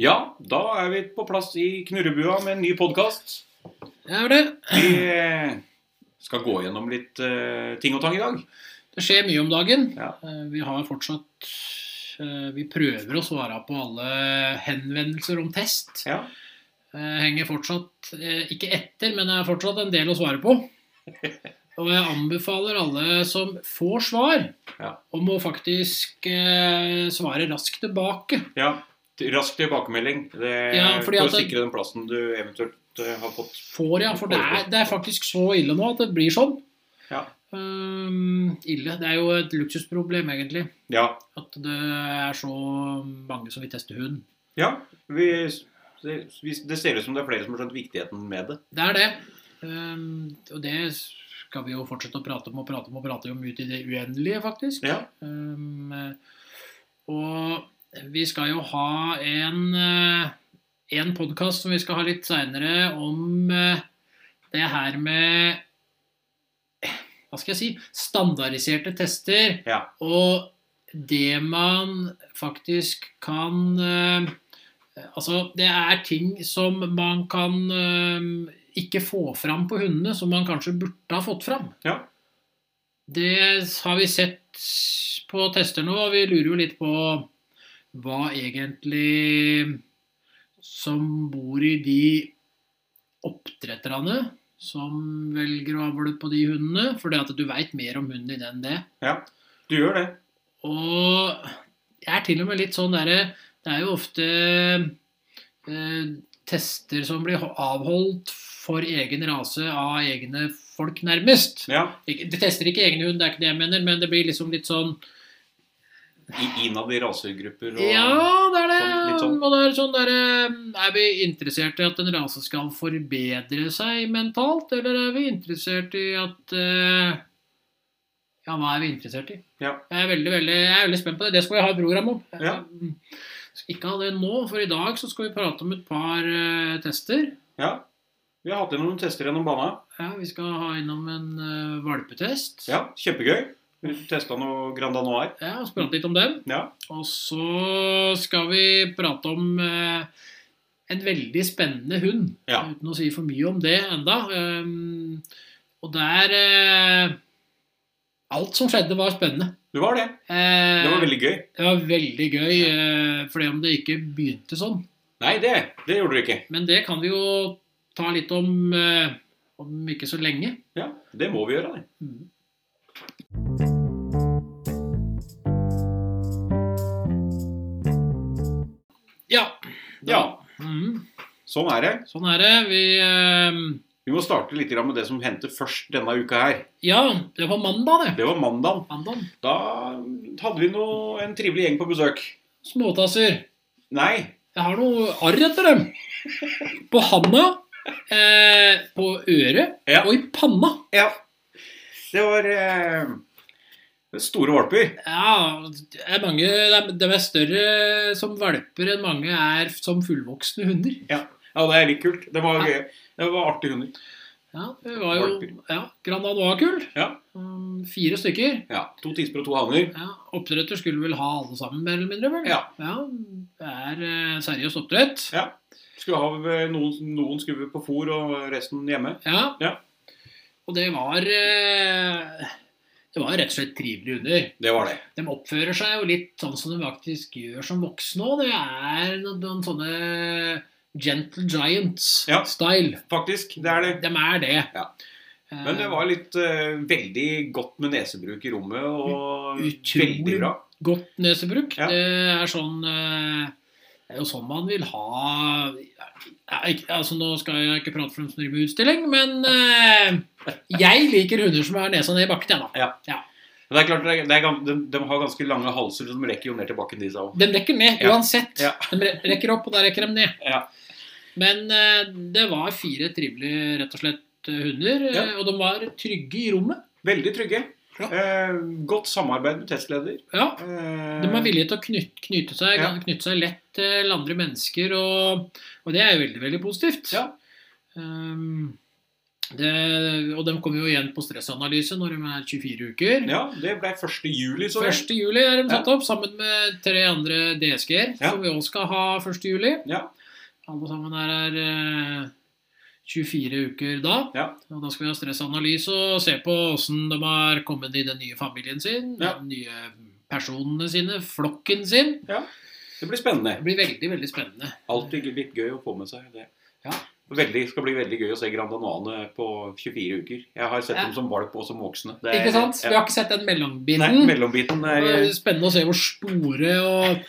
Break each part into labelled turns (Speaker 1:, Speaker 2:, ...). Speaker 1: Ja, da er vi på plass i Knurrebua med en ny podkast.
Speaker 2: Det er det.
Speaker 1: Vi eh, skal gå gjennom litt eh, ting og tang i dag.
Speaker 2: Det skjer mye om dagen.
Speaker 1: Ja.
Speaker 2: Eh, Vi har fortsatt eh, Vi prøver å svare på alle henvendelser om test.
Speaker 1: Ja.
Speaker 2: Eh, Henger fortsatt eh, ikke etter, men det er fortsatt en del å svare på. Og jeg anbefaler alle som får svar,
Speaker 1: Ja.
Speaker 2: om å faktisk eh, svare raskt tilbake.
Speaker 1: ja. t- Rask tilbakemelding det,
Speaker 2: Ja, fordi
Speaker 1: for
Speaker 2: at
Speaker 1: å
Speaker 2: det-
Speaker 1: sikre den plassen du eventuelt eh, har fått.
Speaker 2: Får, ja. For det er, det er faktisk så ille nå at det blir sånn.
Speaker 1: Ja.
Speaker 2: Ehm, ille. Det er jo et luksusproblem, egentlig.
Speaker 1: Ja.
Speaker 2: At det er så mange som vil teste hund.
Speaker 1: ja vi, det, vi, det ser ut som det er flere som har skjønt viktigheten med det.
Speaker 2: Det er det. Ehm, og det skal vi jo fortsette å prate om og prate om og prate om ut i det uendelige, faktisk.
Speaker 1: Ja.
Speaker 2: Ehm, og vi skal jo ha en, eh, en podkast som vi skal ha litt seinere, om eh, det her med Hva skal jeg si? Standardiserte tester.
Speaker 1: Ja.
Speaker 2: Og det man faktisk kan eh, Altså, det er ting som man kan eh, ikke få fram på hundene, som man kanskje burde ha fått fram.
Speaker 1: Ja.
Speaker 2: Det har vi sett på tester nå, og vi lurer jo litt på hva egentlig som bor i de oppdretterne som velger å avle på de hundene. For at du veit mer om hunden din enn det.
Speaker 1: ja. Du gjør det.
Speaker 2: Og jeg er til og med litt sånn derre Det er jo ofte eh, tester som blir avholdt for egen rase av egne folk, nærmest.
Speaker 1: Ja.
Speaker 2: Ikke- De tester ikke egne hund, det er ikke det jeg mener, men det blir liksom litt sånn
Speaker 1: I- Innad i rasegrupper og
Speaker 2: Ja, det er det.
Speaker 1: sånn, litt sånn.
Speaker 2: Og det er sånn derre Er vi interessert i at en rase skal forbedre seg mentalt, eller er vi interessert i at eh, Ja, hva er vi interessert i?
Speaker 1: Ja.
Speaker 2: Jeg er veldig, veldig, jeg er veldig spent på det. Det skal vi ha et program om.
Speaker 1: Ja.
Speaker 2: Jeg Eh, Skal ikke ha det nå, for i dag så skal vi prate om et par eh, tester.
Speaker 1: ja. Vi har hatt gjennom noen tester gjennom bana.
Speaker 2: Ja, vi skal ha innom en eh, valpetest.
Speaker 1: Ja, kjempegøy. Vi testa noe Grand Danois.
Speaker 2: Ja, og så prate litt om den.
Speaker 1: Ja.
Speaker 2: Og så skal vi prate om eh, en veldig spennende hund.
Speaker 1: Ja.
Speaker 2: Uten å si for mye om det enda. Um, og der eh, Alt som skjedde, var spennende.
Speaker 1: Det var det.
Speaker 2: Eh,
Speaker 1: Det var veldig gøy.
Speaker 2: det var veldig gøy, eh, fordi om det ikke begynte sånn.
Speaker 1: Nei, det, det gjorde dere ikke.
Speaker 2: Men det kan vi jo ta litt om eh, om ikke så lenge.
Speaker 1: Ja, Det må vi gjøre, det.
Speaker 2: Mm. Ja.
Speaker 1: Ja,
Speaker 2: Mhm.
Speaker 1: sånn er det.
Speaker 2: Sånn er det. Vi eh,
Speaker 1: Vi må starte litt grann med det som hendte først denne uka her.
Speaker 2: Ja, det var mandag, det.
Speaker 1: Det var mandag.
Speaker 2: Mandag.
Speaker 1: Da hadde vi noe, en trivelig gjeng på besøk.
Speaker 2: Småtasser.
Speaker 1: Nei.
Speaker 2: Jeg har noe arr etter dem. På handa, eh, på øret
Speaker 1: Ja.
Speaker 2: og i panna.
Speaker 1: Ja. Det var eh, store valper.
Speaker 2: Ja, det er mange, det er- de er større som valper enn mange er som fullvoksne hunder.
Speaker 1: Ja, det er litt kult. Det var gøy. Det var artige hunder.
Speaker 2: Ja, det var jo
Speaker 1: Valper.
Speaker 2: ja, Grand Anoa-kull.
Speaker 1: Ja.
Speaker 2: Um, fire stykker.
Speaker 1: Ja, To tisper og to haner.
Speaker 2: Ja, oppdretter skulle vel ha alle sammen, mer eller mindre? vel?
Speaker 1: Ja.
Speaker 2: det er eh, seriøst oppdrett.
Speaker 1: Ja. Skulle ha eh, noen, noen skubber på fôr og resten hjemme.
Speaker 2: Ja.
Speaker 1: Ja.
Speaker 2: Og det var eh, Det var rett og slett trivelige hunder.
Speaker 1: Det var det.
Speaker 2: De oppfører seg jo litt sånn som de faktisk gjør som voksne òg. Det er noen, noen sånne gentle
Speaker 1: Ja.
Speaker 2: giants-style.
Speaker 1: Faktisk. Det er det.
Speaker 2: De er det.
Speaker 1: Ja. Men det var litt eh, veldig godt med nesebruk i rommet, og
Speaker 2: Utrolig.
Speaker 1: veldig bra.
Speaker 2: Godt nesebruk.
Speaker 1: Ja.
Speaker 2: Det er sånn eh, Det er jo sånn man vil ha ja, ikke- Altså Nå skal jeg ikke prate for dem som driver med utstilling, men eh, jeg liker hunder som har nesa ned i bakken, jeg, da.
Speaker 1: Men det er klart, det er, det er, gam- de, de har ganske lange halser, så de rekker jo ned til bakken, disse òg.
Speaker 2: De rekker ned
Speaker 1: Ja.
Speaker 2: uansett.
Speaker 1: Ja.
Speaker 2: De re- rekker opp, og der rekker de ned.
Speaker 1: Ja.
Speaker 2: Men eh, det var fire trivelige, rett og slett, eh, hunder. eh,
Speaker 1: Ja.
Speaker 2: Og de var trygge i rommet.
Speaker 1: Veldig trygge.
Speaker 2: Ja.
Speaker 1: Eh, godt samarbeid med testleder.
Speaker 2: Ja.
Speaker 1: Eh,
Speaker 2: De var villige til å knytte, knytte, seg,
Speaker 1: Ja.
Speaker 2: knytte seg lett eh, til andre mennesker, og, og det er jo veldig, veldig positivt.
Speaker 1: Ja.
Speaker 2: Um, Det, og de kommer jo igjen på stressanalyse når de er 24 uker.
Speaker 1: Ja, det ble 1. juli, så vel.
Speaker 2: 1. juli er de satt opp, sammen med tre andre DSG-er,
Speaker 1: Ja.
Speaker 2: som vi også skal ha 1. juli.
Speaker 1: Ja.
Speaker 2: Alle sammen her er eh, 24 uker da.
Speaker 1: Ja.
Speaker 2: Og da skal vi ha stressanalyse og se på åssen de har kommet i den nye familien sin,
Speaker 1: Ja.
Speaker 2: de nye personene sine, flokken sin.
Speaker 1: Det blir
Speaker 2: Det
Speaker 1: spennende.
Speaker 2: blir veldig, veldig spennende.
Speaker 1: Alltid litt gøy å få med seg det.
Speaker 2: Ja.
Speaker 1: Veldig, skal bli veldig gøy å se Grandanane på 24 uker. Jeg har sett
Speaker 2: Ja.
Speaker 1: dem som valp og som voksne. Det er-
Speaker 2: Ikke sant? Vi
Speaker 1: Ja.
Speaker 2: har ikke sett den mellombiten.
Speaker 1: Nei, mellombiten
Speaker 2: Det er
Speaker 1: er
Speaker 2: spennende å se hvor store og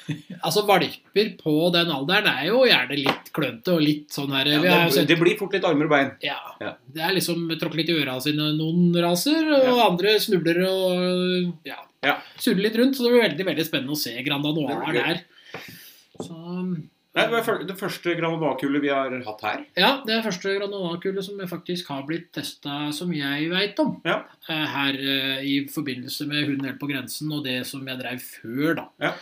Speaker 2: Altså, valper på den alderen er jo gjerne litt klønete og litt sånn her vi har
Speaker 1: ja,
Speaker 2: jo
Speaker 1: det,
Speaker 2: sett,
Speaker 1: det blir fort litt armer og bein.
Speaker 2: ja,
Speaker 1: Ja.
Speaker 2: Det er liksom tråkke litt i øra sine noen raser, og
Speaker 1: Ja.
Speaker 2: andre snubler og ja,
Speaker 1: Ja.
Speaker 2: surrer litt rundt. Så det blir veldig veldig spennende å se Granda Noir
Speaker 1: Det blir
Speaker 2: der. Så
Speaker 1: Nei, det var fyr- det første Grandanane-kullet vi har hatt her.
Speaker 2: ja, det er første granolankullet som faktisk har blitt testa, som jeg veit om.
Speaker 1: Ja.
Speaker 2: Eh, Her eh, i forbindelse med Hunden helt på grensen og det som jeg dreiv før, da.
Speaker 1: Ja.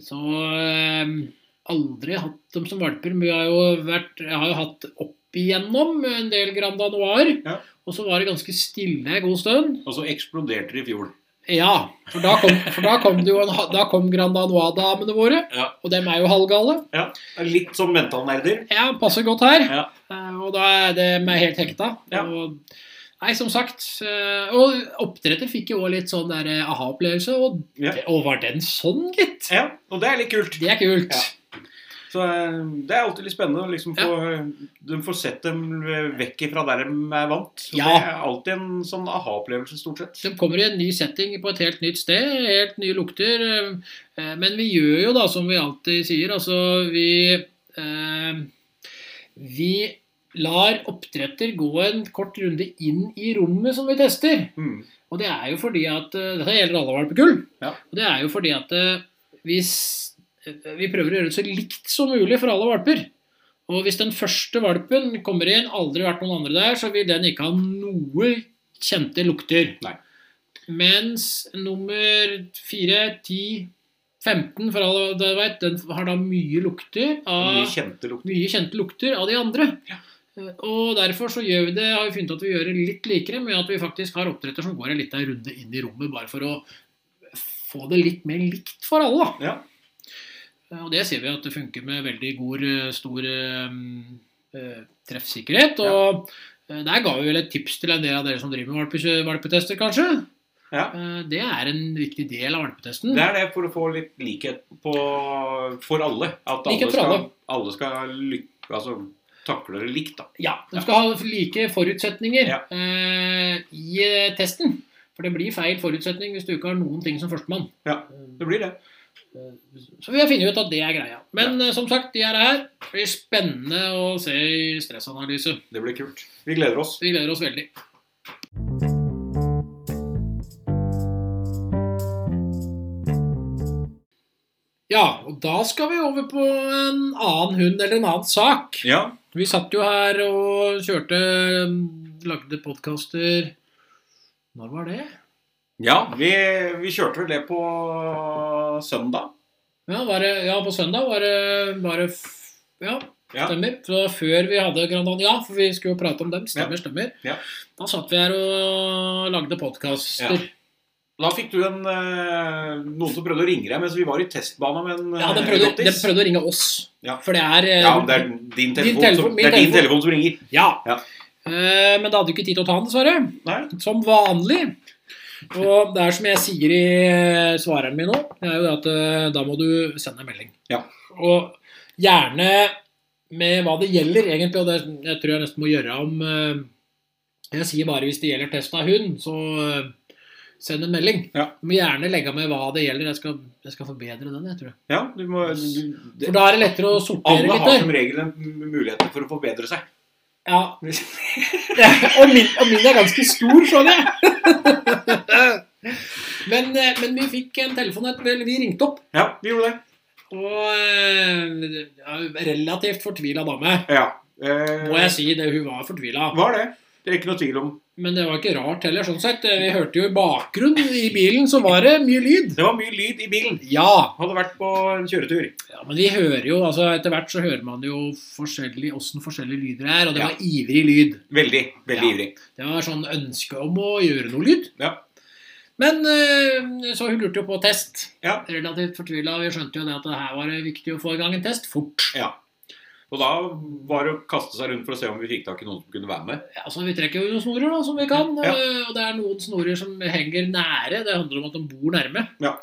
Speaker 2: Så eh, aldri hatt dem som valper, men jeg har jo, vært, jeg har jo hatt opp igjennom en del Granda Noir.
Speaker 1: Ja.
Speaker 2: Og så var det ganske stille en god stund.
Speaker 1: Og så eksploderte det i fjor.
Speaker 2: Ja, for da kom, for da kom, det jo en, ha- da kom Granda Noir-damene våre.
Speaker 1: Ja.
Speaker 2: Og dem er jo halvgale.
Speaker 1: Litt som mentalnerder.
Speaker 2: Ja, passer godt her.
Speaker 1: Ja.
Speaker 2: Eh, Og da er det meg helt hekta.
Speaker 1: Ja.
Speaker 2: Og, nei, som sagt. eh, Og oppdretter fikk jo også litt sånn der eh, aha-opplevelse. Og,
Speaker 1: Ja.
Speaker 2: og var den sånn, gitt?
Speaker 1: Ja, og det er litt kult.
Speaker 2: Det er kult.
Speaker 1: Ja. Så eh, det er alltid litt spennende å liksom få, de får sett dem eh, vekk ifra der de er vant. Så
Speaker 2: Ja.
Speaker 1: Det er alltid en sånn aha-opplevelse, stort sett.
Speaker 2: De kommer i en ny setting på et helt nytt sted, helt nye lukter. eh, Men vi gjør jo da som vi alltid sier, altså vi eh, Vi lar oppdretter gå en kort runde inn i rommet som vi tester.
Speaker 1: Mm.
Speaker 2: Og det er jo fordi at eh, Dette gjelder alle valpekull.
Speaker 1: Ja.
Speaker 2: Og det er jo fordi at eh, hvis eh, Vi prøver å gjøre det så likt som mulig for alle valper. Og hvis den første valpen kommer inn, aldri vært noen andre der, så vil den ikke ha noe kjente lukter.
Speaker 1: Nei.
Speaker 2: Mens nummer 4, 10, 15, for alle dere vet, den har da mye lukter av
Speaker 1: Mye kjente lukter.
Speaker 2: mye kjente lukter av de andre. Eh, Og derfor så gjør vi det, har vi funnet at vi gjør det litt likere med at vi faktisk har oppdretter som går en liten runde inn i rommet, bare for å få det litt mer likt for alle. da.
Speaker 1: Ja.
Speaker 2: Eh, Og det ser vi at det funker med veldig god, eh, stor eh, eh, treffsikkerhet. Og eh, der ga vi vel et tips til en del av dere som driver med valpe- valpetester, kanskje.
Speaker 1: Ja.
Speaker 2: Eh, Det er en viktig del av valpetesten.
Speaker 1: Det er det for å få litt likhet på, for alle. At alle
Speaker 2: Likhet for
Speaker 1: skal,
Speaker 2: alle.
Speaker 1: alle skal lyk, altså, takle det likt, da.
Speaker 2: Ja, de skal ha like forutsetninger
Speaker 1: Ja.
Speaker 2: eh, i eh, testen. For det blir feil forutsetning hvis du ikke har noen ting som førstemann.
Speaker 1: Ja. Det blir det.
Speaker 2: Eh, Så vi har funnet ut at det er greia. Men eh, som sagt, de er her. Det blir spennende å se i stressanalyse.
Speaker 1: Det blir kult. Vi gleder oss.
Speaker 2: Vi gleder oss veldig. Ja, og da skal vi over på en annen hund eller en annen sak.
Speaker 1: Ja.
Speaker 2: Vi satt jo her og kjørte mm, Lagde podkaster Når var det?
Speaker 1: ja vi, vi kjørte vel det på søndag.
Speaker 2: Ja, var det, ja på søndag var det, var det f- Ja,
Speaker 1: Ja.
Speaker 2: stemmer. Så før vi hadde Grandan Ja, for vi skulle jo prate om dem. Stemmer, stemmer.
Speaker 1: Ja.
Speaker 2: Da satt vi her og lagde podkaster.
Speaker 1: Da fikk du en, eh, noen som prøvde å ringe deg mens vi var i testbana med en
Speaker 2: Ja,
Speaker 1: eh,
Speaker 2: de, prøvde, de
Speaker 1: rottis.
Speaker 2: prøvde å ringe oss.
Speaker 1: Ja.
Speaker 2: For det er eh,
Speaker 1: Ja, men det er din telefon,
Speaker 2: telefon,
Speaker 1: som,
Speaker 2: min
Speaker 1: det er din
Speaker 2: telefon.
Speaker 1: telefon som ringer.
Speaker 2: ja.
Speaker 1: Ja.
Speaker 2: Eh, men da hadde vi ikke tid til å ta den, dessverre.
Speaker 1: Nei?
Speaker 2: Som vanlig. Og det er som jeg sier i eh, svareren min nå, det er jo det at eh, da må du sende en melding.
Speaker 1: Ja.
Speaker 2: Og gjerne med hva det gjelder, egentlig. Og det jeg tror jeg nesten må gjøre om eh, Jeg sier bare hvis det gjelder test av hund, så eh, send en melding.
Speaker 1: Ja.
Speaker 2: Du må gjerne legge med hva det gjelder. Jeg skal, jeg skal forbedre den, jeg tror. jeg.
Speaker 1: Ja, du må du, det,
Speaker 2: For da er det lettere å sortere
Speaker 1: Alle
Speaker 2: litt
Speaker 1: har
Speaker 2: der.
Speaker 1: som regel en mulighet for å forbedre seg.
Speaker 2: Ja. og, min, og min er ganske stor, skjønner jeg. men, eh, men vi fikk en telefon et- vel, Vi ringte opp,
Speaker 1: Ja, vi gjorde det.
Speaker 2: og eh, ja, relativt fortvila dame,
Speaker 1: Ja. Eh,
Speaker 2: må jeg si. det Hun var fortvila.
Speaker 1: Var det. Det er ikke noe tvil om.
Speaker 2: Men det var ikke rart heller, sånn sett. Vi hørte jo i bakgrunnen i bilen, så var det mye lyd.
Speaker 1: Det var mye lyd i bilen.
Speaker 2: Ja.
Speaker 1: Hadde vært på en kjøretur.
Speaker 2: ja men vi hører jo, altså etter hvert så hører man jo forskjellig, åssen forskjellige lyder er, og det
Speaker 1: Ja.
Speaker 2: var ivrig lyd.
Speaker 1: Veldig, veldig
Speaker 2: Ja.
Speaker 1: ivrig.
Speaker 2: Det var sånn ønske om å gjøre noe lyd.
Speaker 1: Ja.
Speaker 2: Men eh, så hun lurte jo på test.
Speaker 1: Ja.
Speaker 2: Relativt fortvila. Vi skjønte jo det at det her var det viktig å få i gang en test fort.
Speaker 1: Ja. Og da var det å kaste seg rundt for å se om vi fikk tak i noen som kunne være med.
Speaker 2: Ja, Altså, vi trekker jo noen snorer da, som vi kan,
Speaker 1: Ja.
Speaker 2: eh, og det er noen snorer som henger nære. Det handler om at de bor nærme.
Speaker 1: Ja.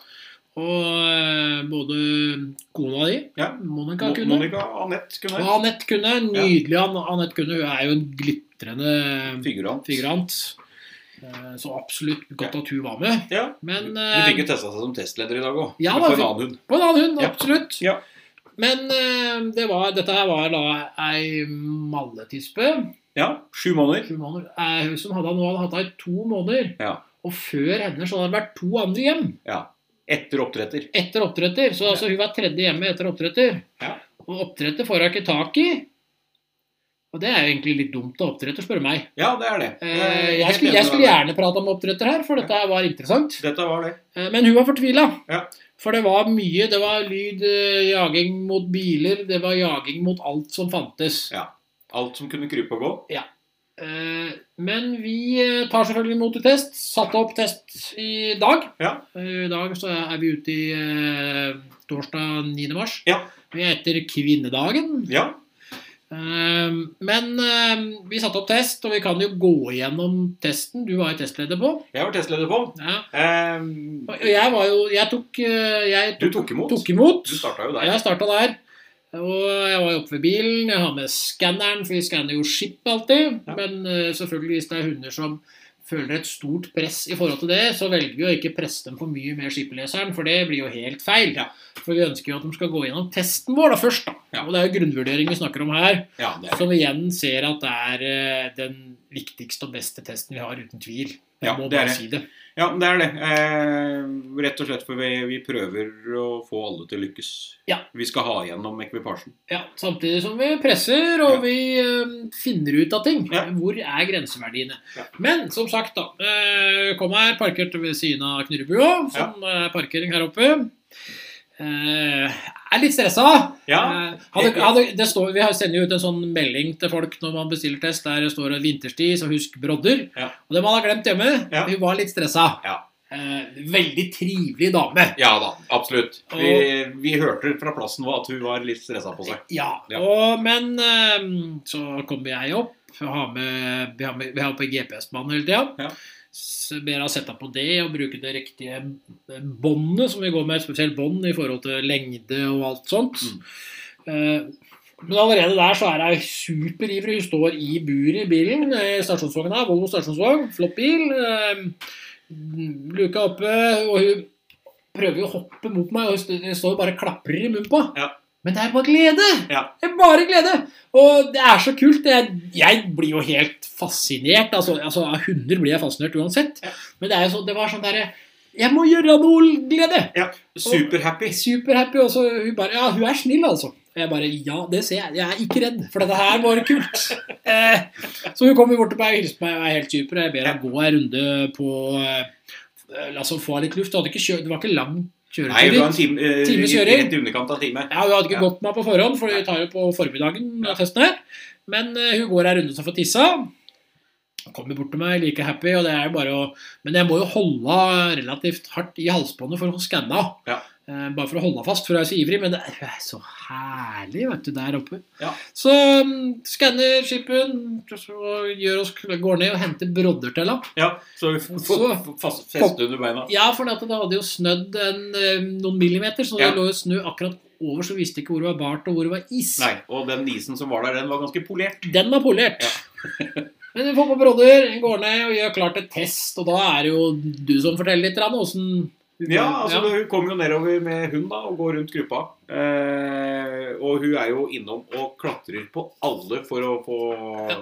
Speaker 2: Og eh, både kona di,
Speaker 1: Ja.
Speaker 2: Monica,
Speaker 1: Mo-
Speaker 2: kunne,
Speaker 1: Monica og Anette
Speaker 2: og
Speaker 1: kunne
Speaker 2: Anette kunne. Nydelig An Anette kunne. Hun er jo en glitrende
Speaker 1: figurant.
Speaker 2: figurant. Eh, Så absolutt godt at hun var med.
Speaker 1: Ja.
Speaker 2: Men
Speaker 1: Hun
Speaker 2: eh,
Speaker 1: fikk jo testa seg som testleder i dag òg.
Speaker 2: Ja,
Speaker 1: på
Speaker 2: da,
Speaker 1: en
Speaker 2: fikk-
Speaker 1: annen hund.
Speaker 2: på en annen hund,
Speaker 1: Ja.
Speaker 2: absolutt.
Speaker 1: Ja.
Speaker 2: Men eh, det var, dette her var da ei malletispe.
Speaker 1: Ja. Sju måneder.
Speaker 2: Sju måneder. Eh, Hun som hadde han nå, hadde hatt han i to måneder.
Speaker 1: Ja.
Speaker 2: Og før henne så hadde det vært to andre hjem
Speaker 1: Ja. Etter oppdretter.
Speaker 2: etter oppdretter. Så altså, hun var tredje hjemme etter oppdretter.
Speaker 1: Ja.
Speaker 2: Og oppdretter får hun ikke tak i. Og det er jo egentlig litt dumt av oppdretter, spør du meg.
Speaker 1: Ja, det er det.
Speaker 2: Eh,
Speaker 1: Helt
Speaker 2: Jeg skulle,
Speaker 1: enig
Speaker 2: jeg
Speaker 1: med
Speaker 2: skulle
Speaker 1: deg.
Speaker 2: gjerne prata om oppdretter her, for dette her var interessant.
Speaker 1: Dette var det.
Speaker 2: Eh, Men hun var fortvila.
Speaker 1: Ja.
Speaker 2: For det var mye. Det var lyd, eh, jaging mot biler, det var jaging mot alt som fantes.
Speaker 1: Alt som kunne krype og gå.
Speaker 2: Eh, Men vi eh, tar selvfølgelig imot til test. Satte opp test i dag.
Speaker 1: Ja.
Speaker 2: Eh, I dag så er vi ute i eh, torsdag 9. mars.
Speaker 1: Ja.
Speaker 2: Vi er etter kvinnedagen.
Speaker 1: Ja.
Speaker 2: Eh, Men eh, vi satte opp test, og vi kan jo gå igjennom testen. Du var jo testleder på.
Speaker 1: Jeg var testleder på den.
Speaker 2: Ja.
Speaker 1: Ehm,
Speaker 2: Og jeg var jo Jeg tok, eh, jeg
Speaker 1: du
Speaker 2: tok,
Speaker 1: tok imot.
Speaker 2: tok imot.
Speaker 1: Du starta jo der.
Speaker 2: Jeg starta der. Og jeg var jo oppe ved bilen, jeg har med skanneren, for vi skanner jo skip alltid.
Speaker 1: Ja.
Speaker 2: Men eh, selvfølgelig hvis det er hunder som føler et stort press i forhold til det, så velger vi å ikke presse dem for mye med skipleseren, for det blir jo helt feil.
Speaker 1: Ja.
Speaker 2: For vi ønsker jo at de skal gå gjennom testen vår da først. da.
Speaker 1: Ja.
Speaker 2: Og det er jo grunnvurdering vi snakker om her,
Speaker 1: Ja, det er.
Speaker 2: som igjen ser at det er eh, den viktigste og beste testen vi har, uten tvil. Jeg
Speaker 1: Ja,
Speaker 2: må
Speaker 1: det er
Speaker 2: bare
Speaker 1: det.
Speaker 2: si det.
Speaker 1: ja, det er det. Ehm, rett og slett for vi, vi prøver å få alle til å lykkes.
Speaker 2: Ja.
Speaker 1: Vi skal ha igjennom ekvipasjen.
Speaker 2: Ja, Samtidig som vi presser
Speaker 1: Ja.
Speaker 2: og vi eh, finner ut av ting.
Speaker 1: Ja.
Speaker 2: Hvor er grenseverdiene?
Speaker 1: Ja.
Speaker 2: Men som sagt, da. eh, Kom her, parkert ved siden av Knurrebua, som er parkering her oppe. Eh, er litt stressa.
Speaker 1: Ja.
Speaker 2: Eh, hadde, hadde, det står, vi har- sender jo ut en sånn melding til folk når man bestiller test. Der det står 'vinterstid', så husk brodder.
Speaker 1: Ja.
Speaker 2: Og det man har glemt hjemme.
Speaker 1: Ja.
Speaker 2: Hun var litt stressa.
Speaker 1: Ja.
Speaker 2: Eh, veldig trivelig dame.
Speaker 1: Ja da, absolutt.
Speaker 2: Og-
Speaker 1: Vi, vi hørte fra plassen vår at hun var litt stressa på seg.
Speaker 2: Ja,
Speaker 1: Ja.
Speaker 2: Og, men ehm, så kommer jeg opp. Vi har med, vi har med, vi har på GPS-banen hele tida.
Speaker 1: Ja.
Speaker 2: Ber henne sette på det og bruke det riktige eh, båndet, som vi går med et spesielt bånd i forhold til lengde og alt sånt.
Speaker 1: Mm.
Speaker 2: Eh, men allerede der så er hun superivrig. Hun står i buret i bilen, eh, i stasjonsvogna. Volvo stasjonsvogn, flott bil. Eh, luka oppe, og hun prøver jo å hoppe mot meg, og hun st- hun står og bare klaprer i munnen på.
Speaker 1: Ja.
Speaker 2: Men det er bare glede!
Speaker 1: Ja.
Speaker 2: Det er bare glede! Og det er så kult. Jeg, jeg blir jo helt fascinert. Altså, altså, av hunder blir jeg fascinert uansett.
Speaker 1: Ja.
Speaker 2: Men det, er jo så, det var sånn derre Jeg må gjøre noe glede!
Speaker 1: Superhappy.
Speaker 2: Superhappy. Og så hun bare Ja, hun er snill, altså. Og jeg bare Ja, det ser jeg. Jeg er ikke redd, for dette her var kult. Eh, så hun kommer bort til meg og hilser på meg og er helt super. og Jeg ber henne gå en runde på eh, La oss få litt luft. Det, hadde ikke kjø det var ikke lang
Speaker 1: Nei, hun var
Speaker 2: kjøretur.
Speaker 1: en time, eh,
Speaker 2: Times
Speaker 1: i-
Speaker 2: kjøring.
Speaker 1: rett i underkant av time.
Speaker 2: Ja, hun hadde ikke
Speaker 1: Ja.
Speaker 2: gått meg på forhånd, for vi tar jo på formiddagen
Speaker 1: Ja.
Speaker 2: testen her. Men eh, hun går ei runde så får tissa. Kommer bort til meg like happy, og det er jo bare å Men jeg må jo holde henne relativt hardt i halsbåndet for å skanne henne.
Speaker 1: Ja.
Speaker 2: Eh, bare for å holde henne fast, for hun er så ivrig. Men det er hun er så herlig, vet du, der oppe.
Speaker 1: Ja.
Speaker 2: Så mm, skanner skipen, og gjør oss, kl- går ned og henter brodder til henne.
Speaker 1: Ja, så vi f- f-
Speaker 2: Så-
Speaker 1: fast- feste under beina.
Speaker 2: Ja, for det at det hadde jo snødd en, eh, noen millimeter, så
Speaker 1: Ja.
Speaker 2: det lå jo snø akkurat over, så vi visste ikke hvor det var bart og hvor det var is.
Speaker 1: Nei, og den isen som var der, den var ganske polert.
Speaker 2: Den var polert. Men vi får på brodder, går ned og gjør klart et test, og da er det jo du som forteller litt grann åssen
Speaker 1: Ja, altså hun kommer jo nedover med hund da, og går rundt gruppa. Eh, og hun er jo innom og klatrer på alle for å få,
Speaker 2: Ja.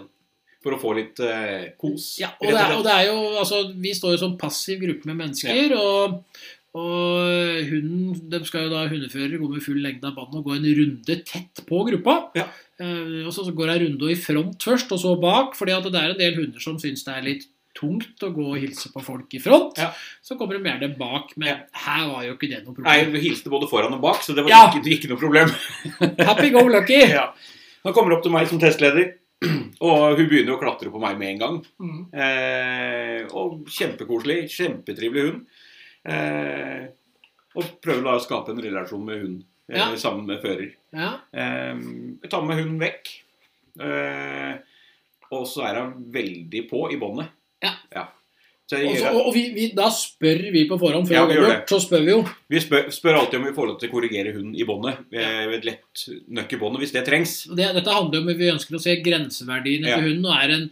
Speaker 1: for å få litt eh, kos.
Speaker 2: Ja, og
Speaker 1: rett
Speaker 2: det, er,
Speaker 1: slett.
Speaker 2: og det er jo, altså, Vi står jo som passiv gruppe med mennesker. og Og hunden, de skal jo da hundeførere gå med full lengde av båndet og gå en runde tett på gruppa.
Speaker 1: Ja.
Speaker 2: Eh, og så så går ei runde i front først, og så bak, fordi at det er en del hunder som syns det er litt tungt å gå og hilse på folk i front.
Speaker 1: Ja.
Speaker 2: Så kommer de gjerne bak, men
Speaker 1: Ja.
Speaker 2: her var jo ikke det noe
Speaker 1: Nei,
Speaker 2: problem.
Speaker 1: vi hilste både foran og bak, så det var
Speaker 2: Ja.
Speaker 1: ikke, ikke noe problem.
Speaker 2: Happy go lucky!
Speaker 1: Ja. Han kommer opp til meg som testleder, og hun begynner å klatre på meg med en gang.
Speaker 2: Mm.
Speaker 1: Eh, og kjempekoselig, kjempetrivelig hund. Eh, og prøver da å skape en relasjon med hund eh,
Speaker 2: Ja.
Speaker 1: sammen med fører.
Speaker 2: Ja.
Speaker 1: Eh, jeg tar med hunden vekk, eh, og så er hun veldig på i båndet.
Speaker 2: Ja.
Speaker 1: Så jeg
Speaker 2: Og, så,
Speaker 1: gir,
Speaker 2: og og vi, vi, da spør vi på forhånd, før
Speaker 1: Ja,
Speaker 2: vi
Speaker 1: vi gjør
Speaker 2: går bort, så spør vi jo.
Speaker 1: vi spør, spør alltid om vi får lov til å korrigere hunden i båndet eh, ved et lett nøkk i båndet hvis det trengs.
Speaker 2: Og Det, dette handler om at vi ønsker å se grenseverdiene
Speaker 1: Ja.
Speaker 2: til hunden. og er en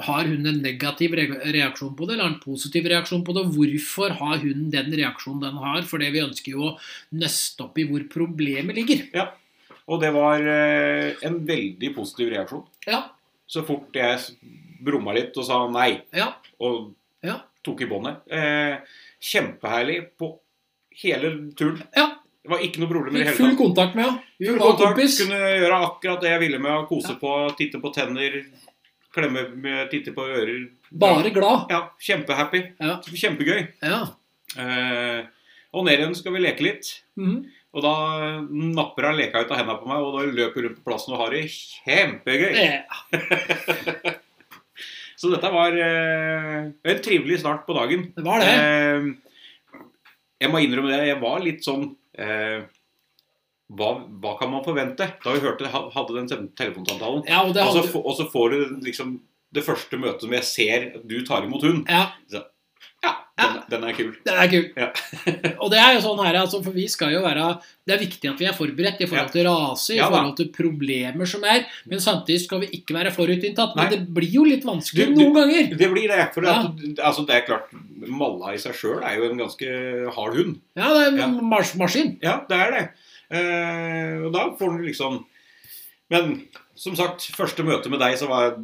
Speaker 2: har hunden en negativ re- reaksjon på det, eller har en positiv reaksjon på det? og Hvorfor har hunden den reaksjonen den har? Fordi vi ønsker jo å nøste opp i hvor problemet ligger.
Speaker 1: Og det var eh, en veldig positiv reaksjon.
Speaker 2: Ja,
Speaker 1: Så fort jeg s- brumma litt og sa nei,
Speaker 2: ja,
Speaker 1: og
Speaker 2: Ja.
Speaker 1: tok i båndet. Eh, kjempeherlig på hele turen.
Speaker 2: ja.
Speaker 1: Det var ikke noe problem i det
Speaker 2: Fikk
Speaker 1: hele
Speaker 2: full
Speaker 1: tatt.
Speaker 2: kontakt med henne. Vi
Speaker 1: Full
Speaker 2: var
Speaker 1: kontakt,
Speaker 2: kompis.
Speaker 1: kunne gjøre akkurat det jeg ville med å kose
Speaker 2: Ja.
Speaker 1: på, titte på tenner, klemme, med- titte på ører.
Speaker 2: Bare glad.
Speaker 1: Ja, kjempehappy.
Speaker 2: Ja.
Speaker 1: Kjempegøy.
Speaker 2: Ja.
Speaker 1: Eh, og ned igjen skal vi leke litt.
Speaker 2: Mhm.
Speaker 1: Og da napper hun leka ut av hendene på meg, og da løper hun rundt på plassen og har det kjempegøy.
Speaker 2: Eh,
Speaker 1: Så dette var eh, en trivelig start på dagen.
Speaker 2: Det var det.
Speaker 1: Eh, jeg må innrømme det, jeg var litt sånn eh, hva, hva kan man forvente? Da vi hørte, ha- hadde den te- telefonsamtalen.
Speaker 2: Ja, og det
Speaker 1: Og så,
Speaker 2: handler...
Speaker 1: Altså få- og så får du liksom det første møtet som jeg ser at du tar imot hun.
Speaker 2: Ja,
Speaker 1: Ja, den, den er kul.
Speaker 2: Det er kult.
Speaker 1: Ja.
Speaker 2: og det er jo sånn her, altså, for vi skal jo være Det er viktig at vi er forberedt i forhold til rase, i
Speaker 1: Ja da.
Speaker 2: forhold til problemer som er, men samtidig skal vi ikke være forutinntatt. Men
Speaker 1: Nei.
Speaker 2: det blir jo litt vanskelig
Speaker 1: Du- du-
Speaker 2: noen ganger.
Speaker 1: Det blir det. For
Speaker 2: Ja.
Speaker 1: at, altså, det er klart, Malla i seg sjøl er jo en ganske hard hund.
Speaker 2: Ja, det er en
Speaker 1: Ja.
Speaker 2: mars maskin.
Speaker 1: Ja, det er det. Eh, og da får du liksom Men som sagt, første møte med deg, så var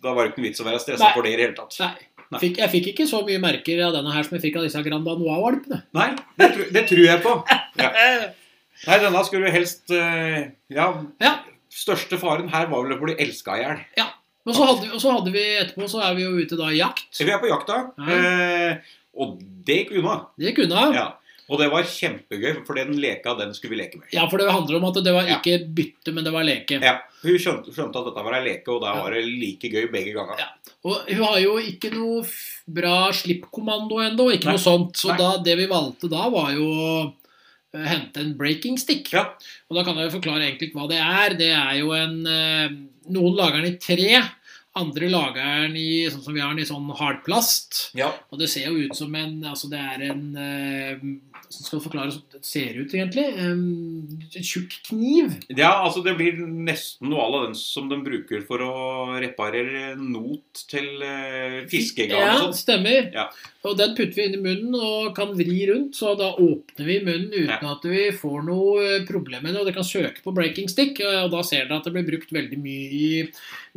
Speaker 1: da var det ikke noen vits å være stressa
Speaker 2: Nei.
Speaker 1: for det i det hele tatt.
Speaker 2: Nei.
Speaker 1: Nei.
Speaker 2: Fikk, jeg fikk ikke så mye merker av denne her som jeg fikk av disse Grand Danois-valpene.
Speaker 1: Nei, det, tru- det tror jeg på. Eh. Nei, denne skulle du helst eh, Ja,
Speaker 2: Ja.
Speaker 1: største faren her var vel å bli elska i hjel.
Speaker 2: Og så hadde, og så hadde vi etterpå, så er vi jo ute da i jakt.
Speaker 1: Så vi er på jakta,
Speaker 2: Ja.
Speaker 1: eh, og det gikk unna.
Speaker 2: Det gikk unna.
Speaker 1: Ja. Og det var kjempegøy, for den leka, den skulle vi leke med.
Speaker 2: Ja, for det handler om at det var
Speaker 1: Ja.
Speaker 2: ikke bytte, men det var leke.
Speaker 1: Ja, Hun skjønte, skjønte at dette var ei leke, og da
Speaker 2: Ja.
Speaker 1: var det like gøy begge ganger.
Speaker 2: Ja. Og hun har jo ikke noe f- bra slippkommando ennå, ikke
Speaker 1: Nei.
Speaker 2: noe sånt. Så
Speaker 1: Nei.
Speaker 2: da, det vi valgte da, var jo å eh, hente en breaking stick.
Speaker 1: Ja.
Speaker 2: Og da kan jeg jo forklare egentlig hva det er. Det er jo en eh, Noen lager den i tre. Andre lager den i sånn som vi har den i sånn hardplast.
Speaker 1: Ja.
Speaker 2: Og det ser jo ut som en Altså, det er en eh, Hvordan skal du forklare hvordan det ser ut, egentlig? En tjukk kniv.
Speaker 1: Ja, altså det blir nesten noe av den som de bruker for å reparere not til eh, fiskegarn
Speaker 2: Ja,
Speaker 1: og sånt.
Speaker 2: stemmer.
Speaker 1: Ja.
Speaker 2: Og den putter vi inn i munnen og kan vri rundt, så da åpner vi munnen uten
Speaker 1: Ja.
Speaker 2: at vi får noe eh, problem med det. Og dere kan søke på breaking stick, eh, og da ser dere at det blir brukt veldig mye i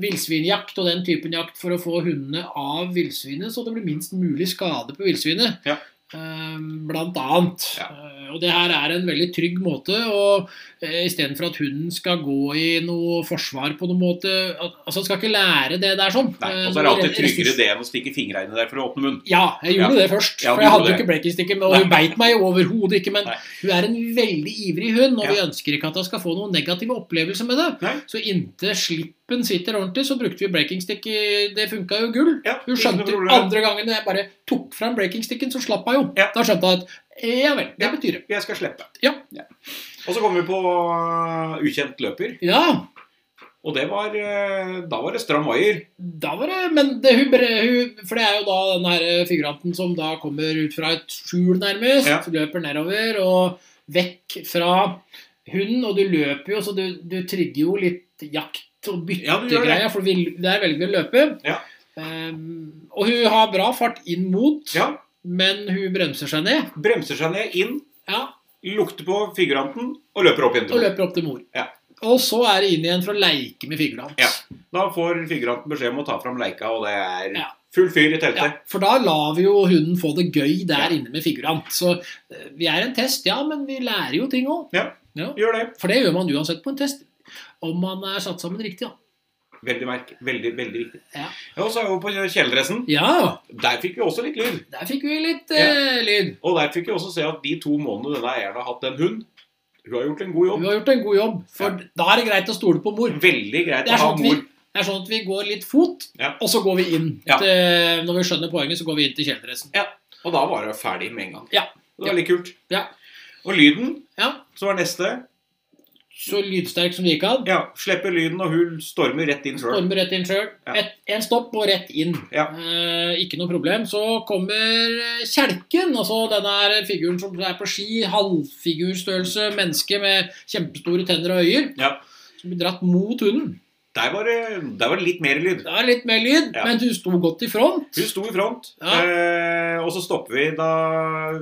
Speaker 2: villsvinjakt og den typen jakt for å få hundene av villsvinet, så det blir minst mulig skade på villsvinet.
Speaker 1: Ja.
Speaker 2: Eh, Blant annet.
Speaker 1: Ja.
Speaker 2: Eh, Og det her er en veldig trygg måte. Og eh, istedenfor at hunden skal gå i noe forsvar på noen måte al- Altså, han skal ikke lære det der sånn.
Speaker 1: Nei,
Speaker 2: Eh,
Speaker 1: og så er det
Speaker 2: noe
Speaker 1: alltid
Speaker 2: ressurs-
Speaker 1: tryggere det enn å stikke fingra inn i der for å åpne munnen.
Speaker 2: ja, jeg gjorde
Speaker 1: Ja.
Speaker 2: det først.
Speaker 1: Ja, du
Speaker 2: for jeg hadde
Speaker 1: gjorde
Speaker 2: jo ikke breaking-sticken, og hun beit meg jo overhodet ikke. Men
Speaker 1: Nei.
Speaker 2: hun er en veldig ivrig hund, og vi
Speaker 1: Ja.
Speaker 2: ønsker ikke at hun skal få noen negative opplevelser med det.
Speaker 1: Nei.
Speaker 2: Så inntil slippen sitter ordentlig, så brukte vi breaking-stick. i- Det funka jo gull.
Speaker 1: Ja,
Speaker 2: Hun
Speaker 1: ikke noe
Speaker 2: skjønte
Speaker 1: problem.
Speaker 2: andre gangen jeg bare tok fram breaking-sticken, så slapp hun jo.
Speaker 1: Ja.
Speaker 2: Da skjønte hun at eh, ja vel, det
Speaker 1: Ja.
Speaker 2: betyr det.
Speaker 1: Jeg skal slippe.
Speaker 2: Ja.
Speaker 1: Og så kom vi på eh, ukjent løper,
Speaker 2: Ja,
Speaker 1: og det var eh, Da var det stram wire.
Speaker 2: da var det Men det, hun, bre- hun For det er jo da den her eh, figuranten som da kommer ut fra et skjul, nærmest.
Speaker 1: Ja.
Speaker 2: Som løper nedover og vekk fra hunden. Og du løper jo, så du, du trigger jo litt jakt og
Speaker 1: Ja, du gjør det.
Speaker 2: byttegreier. for vi, der velger vi å løpe.
Speaker 1: Ja.
Speaker 2: Ehm, og hun har bra fart inn mot,
Speaker 1: Ja.
Speaker 2: men hun bremser seg ned.
Speaker 1: Bremser seg ned, inn,
Speaker 2: Ja,
Speaker 1: lukter på figuranten og løper opp igjen.
Speaker 2: Og
Speaker 1: til
Speaker 2: løper opp til mor.
Speaker 1: Ja.
Speaker 2: Og så er det inn igjen for å leike med figuren hans.
Speaker 1: Da får figuranten beskjed om å ta fram leika, og det er
Speaker 2: Ja.
Speaker 1: full fyr i
Speaker 2: Ja,
Speaker 1: teltet.
Speaker 2: for da lar vi jo hunden få det gøy der
Speaker 1: Ja.
Speaker 2: inne med figurant. Så eh, vi er en test, ja, men vi lærer jo ting òg.
Speaker 1: Ja. Gjør det.
Speaker 2: For det gjør man uansett på en test. Om man er satt sammen riktig, ja.
Speaker 1: Veldig merk, veldig, veldig viktig.
Speaker 2: Ja.
Speaker 1: og så er vi over på kjeledressen.
Speaker 2: Ja,
Speaker 1: Der fikk vi også litt lyd.
Speaker 2: der fikk vi litt eh, lyd.
Speaker 1: Og der fikk vi også se at de to månedene denne eieren har hatt en hund, hun har gjort en god
Speaker 2: Du
Speaker 1: jobb.
Speaker 2: har gjort en god jobb, for da er det greit å stole på mor.
Speaker 1: Veldig greit
Speaker 2: Det er
Speaker 1: å ha
Speaker 2: sånn at vi,
Speaker 1: mor.
Speaker 2: det er sånn at vi går litt fot,
Speaker 1: Ja.
Speaker 2: og så går vi inn.
Speaker 1: Ja.
Speaker 2: Til, når vi skjønner poenget, så går vi inn til kjeledressen.
Speaker 1: Og da var hun ferdig med en gang.
Speaker 2: Ja.
Speaker 1: Det var litt kult.
Speaker 2: Ja.
Speaker 1: Og lyden,
Speaker 2: Ja.
Speaker 1: som var neste
Speaker 2: Så lydsterk som det gikk an.
Speaker 1: Ja, slipper lyden, og hun stormer rett inn sjøl.
Speaker 2: Stormer rett inn sjøl.
Speaker 1: Ja.
Speaker 2: En stopp og rett inn.
Speaker 1: Ja.
Speaker 2: Eh, ikke noe problem. Så kommer eh, kjelken, altså denne her figuren som er på ski, halvfigurstørrelse, menneske med kjempestore tenner og øyer,
Speaker 1: Ja.
Speaker 2: som blir dratt mot hunden.
Speaker 1: Der var det der var det litt mer lyd.
Speaker 2: Det er litt mer lyd,
Speaker 1: Ja.
Speaker 2: men hun sto godt i front.
Speaker 1: Hun sto i front,
Speaker 2: Ja.
Speaker 1: eh, og så stopper vi da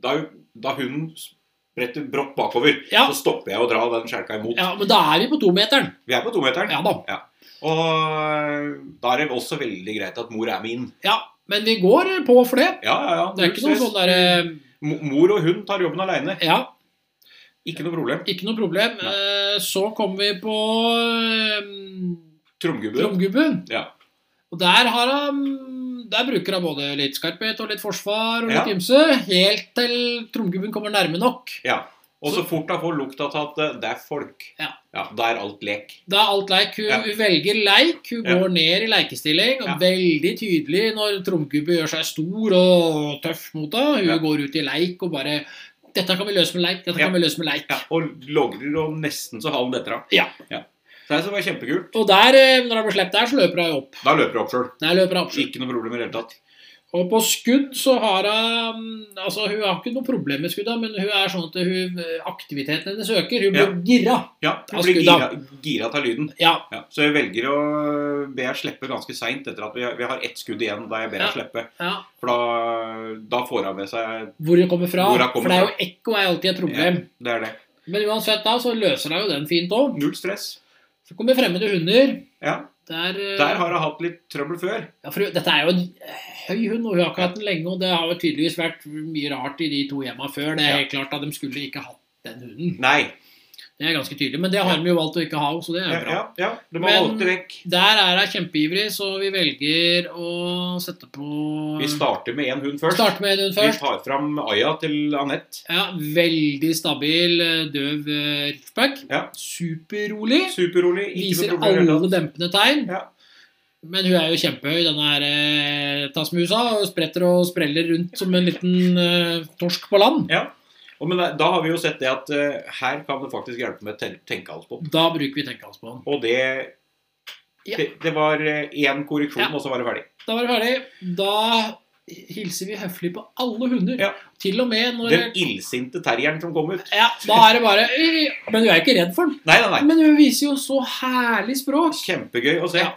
Speaker 1: Da, da hunden spretter brått bakover.
Speaker 2: Ja.
Speaker 1: Så stopper jeg å dra den skjelka imot.
Speaker 2: Ja, Men da er vi på tometeren.
Speaker 1: Vi er på tometeren.
Speaker 2: Ja da.
Speaker 1: Og eh, da er det også veldig greit at mor er med inn.
Speaker 2: Ja, Men vi går på for det.
Speaker 1: Ja, ja, ja.
Speaker 2: Det er ikke noe sånn derre
Speaker 1: Mo- Mor og hund tar jobben aleine.
Speaker 2: Ja,
Speaker 1: Ikke noe problem.
Speaker 2: ikke noe problem.
Speaker 1: Nei.
Speaker 2: Eh, Så kommer vi på eh,
Speaker 1: Tromgubben.
Speaker 2: Tromgubben.
Speaker 1: Ja.
Speaker 2: Og der har han Der bruker han både litt skarphet og litt forsvar og litt
Speaker 1: Ja.
Speaker 2: ymse. Helt til tromgubben kommer nærme nok.
Speaker 1: Og så fort hun får lukta av at eh, det er folk,
Speaker 2: Ja.
Speaker 1: da er alt lek.
Speaker 2: Da er alt leik. Hun,
Speaker 1: Ja.
Speaker 2: hun velger leik. Hun
Speaker 1: Ja.
Speaker 2: går ned i leikestilling. Og
Speaker 1: Ja.
Speaker 2: Veldig tydelig når tromgubben gjør seg stor og tøff mot henne. Hun
Speaker 1: Ja.
Speaker 2: går ut i leik og bare 'Dette kan vi løse med leik. Dette
Speaker 1: Ja.
Speaker 2: kan vi løse med leik'.
Speaker 1: Ja, og logrer og nesten så halen detter av.
Speaker 2: Ja.
Speaker 1: Så det var kjempekult.
Speaker 2: Og der, eh, når han blir sluppet der, så løper hun opp.
Speaker 1: Da løper hun opp sjøl.
Speaker 2: Der løper hun opp.
Speaker 1: Ikke noe problem i det hele tatt.
Speaker 2: Og på skudd så har hun Altså, hun har ikke noe problem med skudda, men hun er sånn at hun, aktiviteten hennes øker. Hun blir gira.
Speaker 1: Ja, Hun
Speaker 2: Da
Speaker 1: blir
Speaker 2: skulle
Speaker 1: gira, gira av lyden.
Speaker 2: Ja.
Speaker 1: Ja, så jeg velger å be jeg slippe ganske seint etter at vi, vi har ett skudd igjen. Da jeg ber
Speaker 2: Ja.
Speaker 1: jeg slippe.
Speaker 2: ja.
Speaker 1: For da, da får hun med seg
Speaker 2: Hvor det kommer fra.
Speaker 1: Hvor det kommer
Speaker 2: For det er jo ekko er alltid et problem.
Speaker 1: Det er det.
Speaker 2: Men uansett da, så løser hun jo den fint òg.
Speaker 1: Null stress.
Speaker 2: Så kommer fremmede hunder.
Speaker 1: Ja,
Speaker 2: Der, eh,
Speaker 1: Der har hun hatt litt trøbbel før.
Speaker 2: ja, for hun- Dette er jo en eh, høy hund, og hun har ikke hatt den lenge. Og det har jo tydeligvis vært mye rart i de to hjemma før. Det er
Speaker 1: Ja.
Speaker 2: helt klart at de skulle ikke hatt den hunden.
Speaker 1: Nei.
Speaker 2: Det er ganske tydelig. Men det har de jo valgt å ikke ha, så det er
Speaker 1: Ja,
Speaker 2: jo bra.
Speaker 1: ja, ja. De har
Speaker 2: Men-
Speaker 1: holdt det vekk.
Speaker 2: Der er hun kjempeivrig, så vi velger å sette på
Speaker 1: Vi starter med én hund
Speaker 2: Vi
Speaker 1: først.
Speaker 2: starter med den
Speaker 1: Vi
Speaker 2: først.
Speaker 1: tar fram Aya til Anette.
Speaker 2: Ja, Veldig stabil, eh, døv eh, riftback.
Speaker 1: Ja.
Speaker 2: Superrolig.
Speaker 1: Superrolig. Ikke
Speaker 2: Viser
Speaker 1: noe problem i det
Speaker 2: alle
Speaker 1: hele tatt.
Speaker 2: dempende tegn.
Speaker 1: Ja.
Speaker 2: Men hun er jo kjempehøy, denne her eh, tasmusa. Og spretter og spreller rundt som en liten eh, torsk på land.
Speaker 1: Og men da, da har vi jo sett det at eh, her kan det faktisk hjelpe med ten- tenkehalspop.
Speaker 2: Da bruker vi tenkehals på den.
Speaker 1: Og det
Speaker 2: Ja.
Speaker 1: det, det var eh, én korreksjon,
Speaker 2: Ja.
Speaker 1: og så var det ferdig.
Speaker 2: Da var det ferdig. Da hilser vi høflig på alle hunder.
Speaker 1: Ja.
Speaker 2: Til og med når
Speaker 1: Den illsinte terrieren som kom ut.
Speaker 2: ja, Da er det bare Men hun er ikke redd for den.
Speaker 1: Nei, nei, nei.
Speaker 2: Men hun viser jo så herlig språk.
Speaker 1: Kjempegøy å se.
Speaker 2: Ja.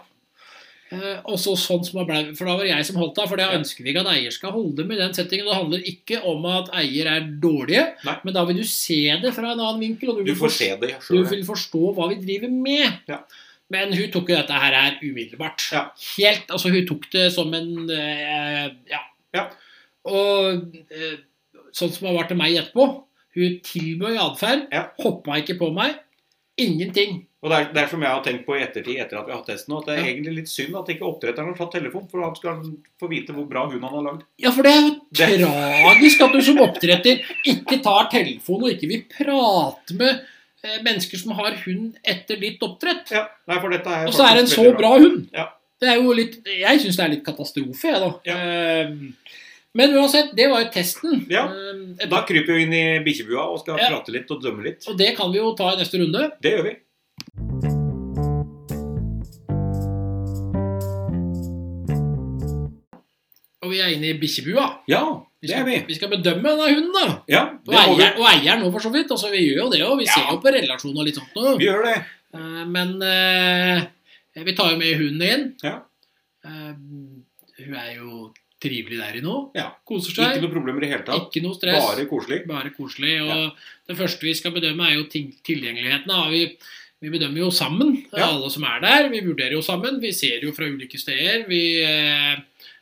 Speaker 2: Eh, også sånn som han ble, For da var det jeg som holdt deg, for det
Speaker 1: Ja.
Speaker 2: ønsker vi ikke at eier skal holde med i den settingen. Det handler ikke om at eier er dårlige,
Speaker 1: Nei.
Speaker 2: men da vil du se det fra en annen vinkel, og du
Speaker 1: Du
Speaker 2: vil,
Speaker 1: får
Speaker 2: forstå,
Speaker 1: se det
Speaker 2: du
Speaker 1: sjøl.
Speaker 2: vil forstå hva vi driver med.
Speaker 1: Ja.
Speaker 2: Men hun tok jo dette her, her umiddelbart.
Speaker 1: Ja.
Speaker 2: Helt, altså Hun tok det som en eh, ja.
Speaker 1: Ja.
Speaker 2: Og eh, sånn som hun var til meg etterpå Hun tilbød atferd,
Speaker 1: Ja.
Speaker 2: hoppa ikke på meg. Ingenting.
Speaker 1: Og det er, det er som jeg har tenkt på i ettertid etter at vi har hatt testen, at det er
Speaker 2: Ja.
Speaker 1: egentlig litt synd at ikke oppdretteren har tatt telefon, for han skal få vite hvor bra hun han har lagd.
Speaker 2: Ja, for det er jo
Speaker 1: Det-
Speaker 2: tragisk at du som oppdretter ikke tar telefonen og ikke vil prate med eh, mennesker som har hund etter ditt oppdrett.
Speaker 1: Ja, nei, for dette er
Speaker 2: Og så er det en
Speaker 1: faktisk
Speaker 2: så
Speaker 1: veldig
Speaker 2: bra hund.
Speaker 1: Ja.
Speaker 2: Det er jo litt, jeg syns det er litt katastrofe, jeg, da.
Speaker 1: Ja.
Speaker 2: Ehm, Men uansett, det var jo testen.
Speaker 1: Ja.
Speaker 2: Ehm,
Speaker 1: Da kryper vi inn i bikkjebua og skal
Speaker 2: Ja.
Speaker 1: prate litt og dømme litt.
Speaker 2: Og det kan vi jo ta i neste runde.
Speaker 1: Det gjør vi.
Speaker 2: Og vi er inne i bikkjebua.
Speaker 1: Ja,
Speaker 2: Vi
Speaker 1: det er
Speaker 2: skal,
Speaker 1: vi.
Speaker 2: vi skal bedømme denne hunden, da.
Speaker 1: Ja,
Speaker 2: Og
Speaker 1: det må vi.
Speaker 2: eier, og eier nå, for så vidt. Altså, vi gjør jo det, og vi
Speaker 1: Ja.
Speaker 2: ser jo på relasjon og litt sånt nå.
Speaker 1: Vi gjør det.
Speaker 2: Eh, Men eh, vi tar jo med hunden inn.
Speaker 1: Ja.
Speaker 2: Eh, hun er jo trivelig der i nå.
Speaker 1: Ja.
Speaker 2: Koser seg.
Speaker 1: Ikke noe problemer i det hele tatt.
Speaker 2: Ikke noe stress.
Speaker 1: Bare koselig.
Speaker 2: Bare koselig. Og det første vi skal bedømme, er jo ting- tilgjengeligheten. Da har vi Vi bedømmer jo sammen,
Speaker 1: Ja.
Speaker 2: alle som er der. Vi vurderer jo sammen. Vi ser jo fra ulike steder. Vi, eh,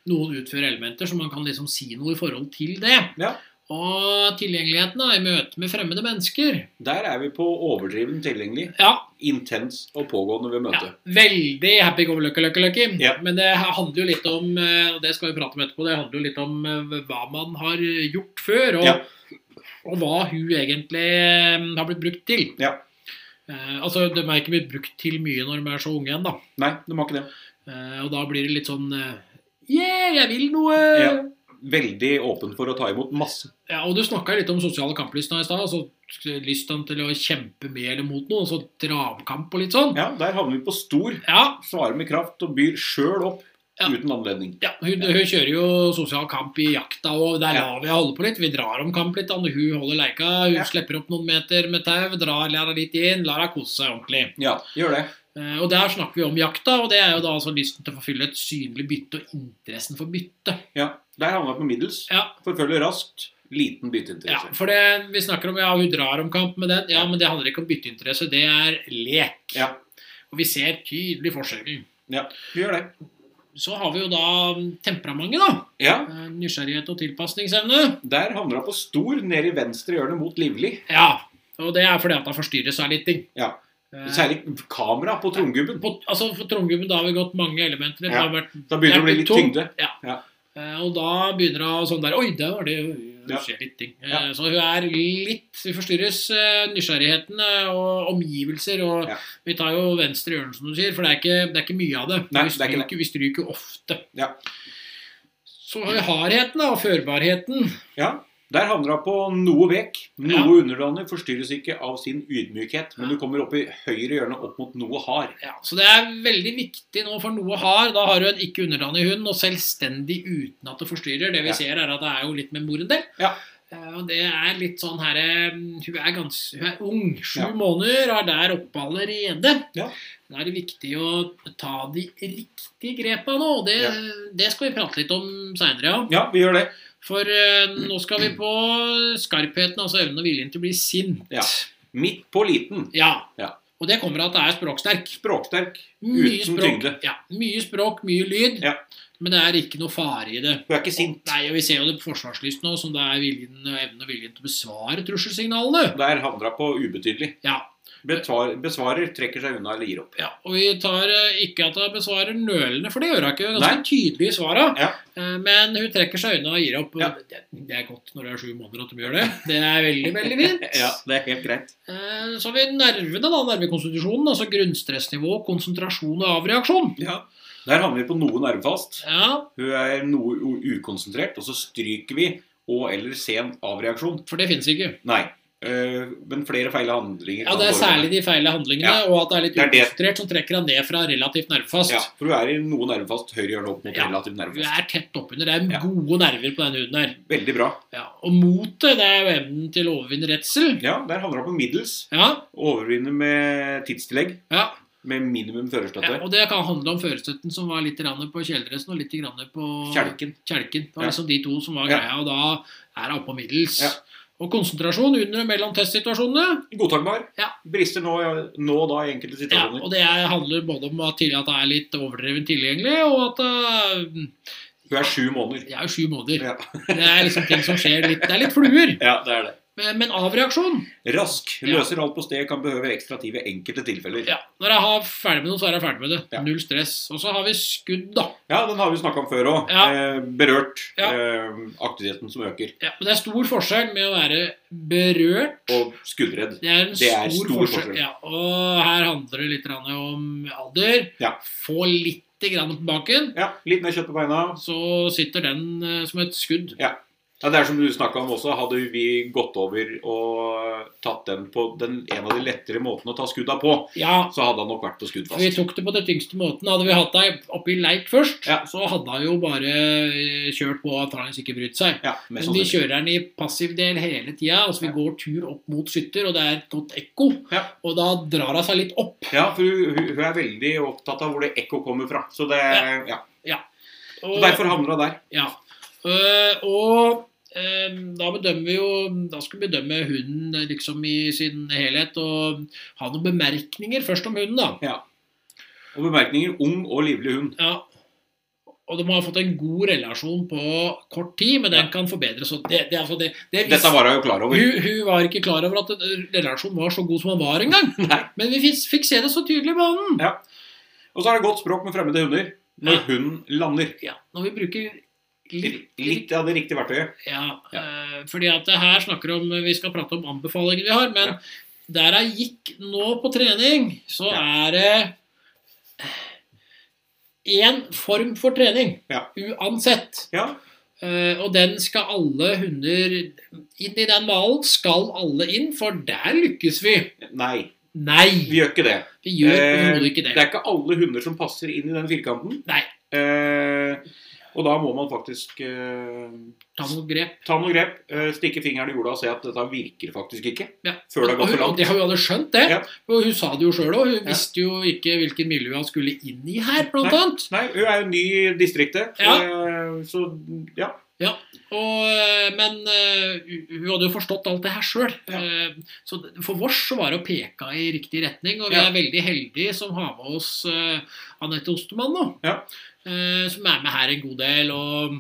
Speaker 2: noen utfører elementer, så man kan liksom si noe i forhold til det.
Speaker 1: Ja.
Speaker 2: Og tilgjengeligheten da, i møte med fremmede mennesker.
Speaker 1: Der er vi på overdriven tilgjengelig.
Speaker 2: Ja,
Speaker 1: Intens og pågående ved
Speaker 2: ja
Speaker 1: møtet.
Speaker 2: veldig happy go lucky lucky lucky.
Speaker 1: Ja.
Speaker 2: Men det handler jo litt om eh, og det skal vi prate om etterpå, det handler jo litt om eh, hva man har gjort før, og,
Speaker 1: Ja.
Speaker 2: og hva hun egentlig eh, har blitt brukt til.
Speaker 1: Ja.
Speaker 2: Eh, altså, De er ikke blitt brukt til mye når de er så unge igjen, da.
Speaker 1: Nei, de har ikke det.
Speaker 2: Eh, og da blir det litt sånn eh, Yeah, jeg vil noe!
Speaker 1: Ja. Veldig åpen for å ta imot masse.
Speaker 2: Ja, og Du snakka litt om sosiale kamplystne i stad. altså Lysten til å kjempe med eller mot noe. så Dragkamp og litt sånn.
Speaker 1: Ja, Der havner vi på stor.
Speaker 2: ja
Speaker 1: Svarer med kraft og byr sjøl opp
Speaker 2: Ja.
Speaker 1: uten anledning.
Speaker 2: Ja, hun, hun kjører jo sosial kamp i jakta, og der lar vi henne holde på litt. Vi drar om kamp litt. da, når Hun holder leika, hun
Speaker 1: Ja.
Speaker 2: slipper opp noen meter med tau, drar lar henne litt inn, lar henne kose seg ordentlig.
Speaker 1: Ja, gjør det.
Speaker 2: Eh, Og der snakker vi om jakta, og det er jo da altså lysten til å forfylle et synlig bytte og interessen for bytte.
Speaker 1: Ja, Der havner vi på middels.
Speaker 2: Ja.
Speaker 1: Forfølger raskt. Liten
Speaker 2: Ja,
Speaker 1: bytteinteresse.
Speaker 2: for det vi snakker om, ja, hun drar om kamp med den, ja, men det handler ikke om bytteinteresse, det er lek.
Speaker 1: Ja.
Speaker 2: Og vi ser tydelig forskjellen.
Speaker 1: Vi gjør det.
Speaker 2: Så har vi jo da temperamentet, da.
Speaker 1: Ja,
Speaker 2: Eh, Nysgjerrighet og tilpasningsevne.
Speaker 1: Der havner hun på stor, ned i venstre hjørne mot Livli.
Speaker 2: Ja, og det er fordi at han forstyrrer seg litt. ting.
Speaker 1: Ja.
Speaker 2: Eh,
Speaker 1: Særlig kamera på tromgubben.
Speaker 2: På, altså For Trondheim da har vi gått mange elementer. Det har vært,
Speaker 1: Da begynner det å bli litt
Speaker 2: Tungt.
Speaker 1: tyngde.
Speaker 2: eh, og da begynner hun sånn der Oi, der var det
Speaker 1: Ja.
Speaker 2: det skjer litt ting. Eh,
Speaker 1: Ja.
Speaker 2: Så hun er litt Vi forstyrres. eh, Nysgjerrigheten eh, og omgivelser. Og
Speaker 1: Ja.
Speaker 2: vi tar jo venstre hjørne, som du sier, for det er ikke, det er ikke mye av det.
Speaker 1: Nei,
Speaker 2: vi,
Speaker 1: det er
Speaker 2: stryker,
Speaker 1: ikke
Speaker 2: vi stryker ofte.
Speaker 1: Ja.
Speaker 2: Så har vi hardheten da, og førbarheten.
Speaker 1: Ja, Der havner hun på noe vek. Noe
Speaker 2: Ja.
Speaker 1: underdanig forstyrres ikke av sin ydmykhet, men du kommer opp i høyre hjørne opp mot noe hard.
Speaker 2: Ja, så det er veldig viktig nå, for noe har. Da har du en ikke underdanig hund, og selvstendig uten at det forstyrrer. Det vi
Speaker 1: Ja.
Speaker 2: ser, er at det er jo litt med mor en del.
Speaker 1: Ja.
Speaker 2: Eh, Og det er litt sånn her eh, Hun er, gans, hun er ung, sju
Speaker 1: Ja.
Speaker 2: måneder, er der oppe allerede.
Speaker 1: Ja.
Speaker 2: Da er det viktig å ta de riktige grepa nå. og Det, det skal vi prate litt om seinere, ja.
Speaker 1: Ja, vi gjør det.
Speaker 2: For eh, nå skal vi på skarpheten, altså evnen og viljen til å bli sint.
Speaker 1: Ja. Midt på liten.
Speaker 2: Ja.
Speaker 1: Ja.
Speaker 2: Og det kommer av at det er språksterk.
Speaker 1: Språksterk.
Speaker 2: Mye
Speaker 1: Uten
Speaker 2: språk,
Speaker 1: tyngde.
Speaker 2: Ja, mye språk, mye lyd.
Speaker 1: Ja.
Speaker 2: Men det er ikke noe fare i det.
Speaker 1: Hun er ikke sint.
Speaker 2: Nei, og Vi ser jo det på forsvarslyst nå, som det er viljen, evnen og viljen til å besvare trusselsignalene.
Speaker 1: Der havner hun på ubetydelig.
Speaker 2: Ja,
Speaker 1: Betvar, besvarer, trekker seg unna eller gir opp.
Speaker 2: ja, Og vi tar eh, ikke at hun besvarer nølende, for det gjør hun ikke. Hun er Ganske tydelig i svara.
Speaker 1: Ja.
Speaker 2: Eh, Men hun trekker seg unna og gir opp. og
Speaker 1: Ja.
Speaker 2: Det, det er godt når du er sju måneder at de gjør det. Det er veldig, veldig fint.
Speaker 1: Ja, det er helt greit.
Speaker 2: Eh, Så har vi nervene, da. Nervekonstitusjonen. Altså grunnstressnivå, konsentrasjon og avreaksjon.
Speaker 1: Ja. Der havner vi på noe nervefast.
Speaker 2: Ja,
Speaker 1: Hun er noe u- ukonsentrert, og så stryker vi og eller sen avreaksjon.
Speaker 2: For det fins ikke.
Speaker 1: Nei. øh, men flere feil handlinger.
Speaker 2: Ja,
Speaker 1: kan
Speaker 2: det er
Speaker 1: forekomme.
Speaker 2: særlig de feile handlingene, og at det er litt
Speaker 1: Det er det.
Speaker 2: ukonsentrert som trekker deg ned fra relativt nervefast.
Speaker 1: Ja, for hun er i noe nervefast. Høyre hjørne opp mot
Speaker 2: Ja.
Speaker 1: relativt
Speaker 2: Du
Speaker 1: nervefast.
Speaker 2: er tett oppunder. Det er
Speaker 1: Ja.
Speaker 2: gode nerver på den hunden her.
Speaker 1: Veldig bra.
Speaker 2: Ja. Og motet, det er jo evnen til å overvinne redsel.
Speaker 1: Ja, der havner hun på middels.
Speaker 2: Ja,
Speaker 1: Overvinner med tidstillegg.
Speaker 2: ja.
Speaker 1: Med minimum
Speaker 2: ja.
Speaker 1: førerstøtte.
Speaker 2: Og det kan handle om førerstøtten som var litt grann på kjeledressen og litt grann på
Speaker 1: Kjelken.
Speaker 2: kjelken. Det var
Speaker 1: Ja.
Speaker 2: liksom de to som var
Speaker 1: Ja.
Speaker 2: greia, og da er det oppå middels.
Speaker 1: Ja.
Speaker 2: Og konsentrasjon under og mellom testsituasjonene.
Speaker 1: Godtakbar.
Speaker 2: Ja.
Speaker 1: Brister nå, nå da i enkelte
Speaker 2: Ja,
Speaker 1: situasjoner.
Speaker 2: og det er- handler både om at tidlig- at det er litt overdreven tilgjengelig, og at eh,
Speaker 1: Hun er sju måneder.
Speaker 2: jeg er jo sju måneder.
Speaker 1: Ja.
Speaker 2: Det er liksom ting som skjer litt Det er litt fluer.
Speaker 1: Ja, det er det.
Speaker 2: Men men avreaksjon
Speaker 1: Rask.
Speaker 2: Ja.
Speaker 1: Løser alt på sted. Kan behøve ekstra tid ved enkelte tilfeller.
Speaker 2: ja. Når jeg har ferdig med noe, så er jeg ferdig med det.
Speaker 1: Ja.
Speaker 2: Null stress. Og så har vi skudd, da.
Speaker 1: Ja, den har vi snakka om før òg.
Speaker 2: Ja.
Speaker 1: Eh, berørt.
Speaker 2: Ja.
Speaker 1: Eh, aktiviteten som øker.
Speaker 2: Ja, men det er stor forskjell med å være berørt.
Speaker 1: Og skuddredd.
Speaker 2: Det er en
Speaker 1: Det er
Speaker 2: stor,
Speaker 1: stor
Speaker 2: forskjell.
Speaker 1: forskjell.
Speaker 2: Ja, og her handler det litt grann om alder.
Speaker 1: Ja.
Speaker 2: Få litt grann på baken,
Speaker 1: Ja, litt mer kjøtt på beina.
Speaker 2: så sitter den eh, som et skudd.
Speaker 1: Ja, det er som du snakka om også. Hadde vi gått over og tatt den på den, en av de lettere måtene å ta skudda på,
Speaker 2: Ja,
Speaker 1: så hadde han nok vært på skudd
Speaker 2: vi
Speaker 1: fast.
Speaker 2: tok det på den tyngste måten. Hadde vi hatt deg oppi leik først,
Speaker 1: Ja.
Speaker 2: så hadde han jo bare eh, kjørt på at han ikke brydd seg.
Speaker 1: Ja, mest
Speaker 2: Men vi
Speaker 1: sannsynlig.
Speaker 2: kjører den i passiv del hele tida. Altså vi
Speaker 1: Ja.
Speaker 2: går tur opp mot skytter, og det er et godt ekko.
Speaker 1: Ja.
Speaker 2: Og da drar hun seg litt opp.
Speaker 1: ja, for hun, hun- hun er veldig opptatt av hvor det ekko kommer fra. Så det, ja. Så
Speaker 2: Og,
Speaker 1: derfor havner hun der.
Speaker 2: ja. Øh, og eh, da bedømmer vi jo Da skal vi bedømme hunden liksom i sin helhet og ha noen bemerkninger først om hunden, da.
Speaker 1: Og bemerkninger ung og livlig hund.
Speaker 2: Ja. Og de har fått en god relasjon på kort tid, men den
Speaker 1: Ja.
Speaker 2: kan forbedres. og Det, det, er altså det, det er
Speaker 1: Dette
Speaker 2: visst-
Speaker 1: var hun jo klar over.
Speaker 2: hun, hun var ikke klar over at eh, relasjonen var så god som den var engang.
Speaker 1: Nei.
Speaker 2: Men vi fikk, fikk se det så tydelig på den.
Speaker 1: Og så er det godt språk med fremmede hunder når hunden lander.
Speaker 2: Ja, når vi bruker litt,
Speaker 1: Litt av det riktige verktøyet.
Speaker 2: Ja, eh, fordi at det her snakker om Vi skal prate om anbefalinger vi har, men
Speaker 1: Ja.
Speaker 2: der jeg gikk nå på trening, så er det én form for trening.
Speaker 1: Ja.
Speaker 2: Uansett.
Speaker 1: Ja.
Speaker 2: Eh, og den skal alle hunder inn i den malen. Skal alle inn, for der lykkes vi.
Speaker 1: Nei,
Speaker 2: Nei,
Speaker 1: vi gjør ikke det.
Speaker 2: vi gjør
Speaker 1: Eh,
Speaker 2: overhodet ikke
Speaker 1: Det
Speaker 2: det.
Speaker 1: er ikke alle hunder som passer inn i den firkanten.
Speaker 2: Nei.
Speaker 1: Eh, og da må man faktisk eh,
Speaker 2: Ta noen grep.
Speaker 1: ta noen grep, eh, stikke fingeren i jorda og se at dette virker faktisk ikke.
Speaker 2: Ja.
Speaker 1: Før det har
Speaker 2: Og
Speaker 1: gått for
Speaker 2: hun, og
Speaker 1: langt.
Speaker 2: det har jo alle skjønt, det.
Speaker 1: Ja.
Speaker 2: Og hun sa det jo sjøl òg. Hun
Speaker 1: Ja.
Speaker 2: visste jo ikke hvilket miljø hun skulle inn i her, blant
Speaker 1: Nei.
Speaker 2: annet.
Speaker 1: Nei, hun er jo ny i distriktet,
Speaker 2: Ja.
Speaker 1: eh, så ja.
Speaker 2: Og, eh, men eh, hun- hun hadde jo forstått alt det her sjøl.
Speaker 1: Ja.
Speaker 2: Så det- for oss så var det å peka i riktig retning, og vi
Speaker 1: Ja.
Speaker 2: er veldig heldige som har med oss eh, Anette Ostemann nå.
Speaker 1: Ja.
Speaker 2: Eh, Som er med her en god del. og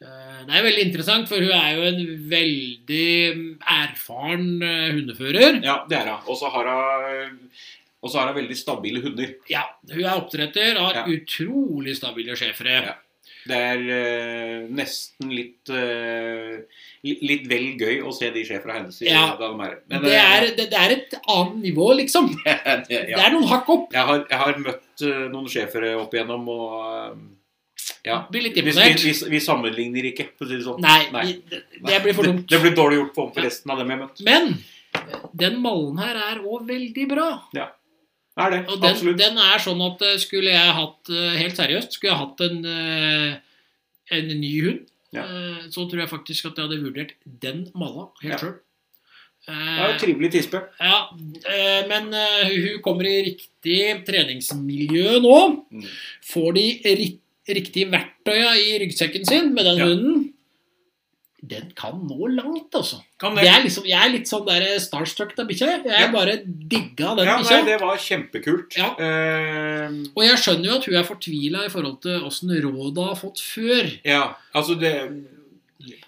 Speaker 2: eh, det er veldig interessant, for hun er jo en veldig mm, erfaren eh, hundefører.
Speaker 1: ja det er hun. Og så har hun og så har hun veldig stabile hunder.
Speaker 2: Ja, Hun er oppdretter, har
Speaker 1: Ja.
Speaker 2: utrolig stabile schæfere.
Speaker 1: Ja. Det er eh, nesten litt eh, li- Litt vel gøy å se de schæfera hennes. i-
Speaker 2: Ja.
Speaker 1: da de er. Men,
Speaker 2: Det,
Speaker 1: eh,
Speaker 2: er, det, det er et annet nivå, liksom.
Speaker 1: det- ja.
Speaker 2: Det er noen hakk opp.
Speaker 1: Jeg har, jeg har møtt eh, noen sjefere opp igjennom, og eh, ja.
Speaker 2: Blir litt
Speaker 1: Vi, vi,
Speaker 2: imponert.
Speaker 1: vi, vi sammenligner ikke, for å si det sånn.
Speaker 2: Nei,
Speaker 1: Nei.
Speaker 2: vi- Det, det blir for dumt.
Speaker 1: Det, det blir dårlig gjort for, for resten av dem jeg møtte.
Speaker 2: Men den mallen her er òg veldig bra.
Speaker 1: Det Er det,
Speaker 2: Og den,
Speaker 1: absolutt.
Speaker 2: den er sånn at eh, skulle jeg hatt eh, Helt seriøst, skulle jeg hatt en, eh, en ny hund,
Speaker 1: Ja.
Speaker 2: eh, så tror jeg faktisk at jeg hadde vurdert den malla
Speaker 1: Ja.
Speaker 2: helt sjøl.
Speaker 1: Det er jo en trivelig tispe.
Speaker 2: Ja, eh, men eh, hun kommer i riktig treningsmiljø nå.
Speaker 1: Mm.
Speaker 2: Får de ri- riktige verktøya i ryggsekken sin med den
Speaker 1: Ja.
Speaker 2: hunden. Den kan nå langt, altså.
Speaker 1: Kan
Speaker 2: Det
Speaker 1: det.
Speaker 2: er liksom, jeg er litt sånn der starstruck av bikkja. jeg.
Speaker 1: Ja.
Speaker 2: Jeg bare digga den
Speaker 1: Ja, nei,
Speaker 2: bikkja.
Speaker 1: det var kjempekult.
Speaker 2: Ja.
Speaker 1: Eh,
Speaker 2: Og jeg skjønner jo at hun er fortvila i forhold til åssen råda har fått før.
Speaker 1: ja, altså det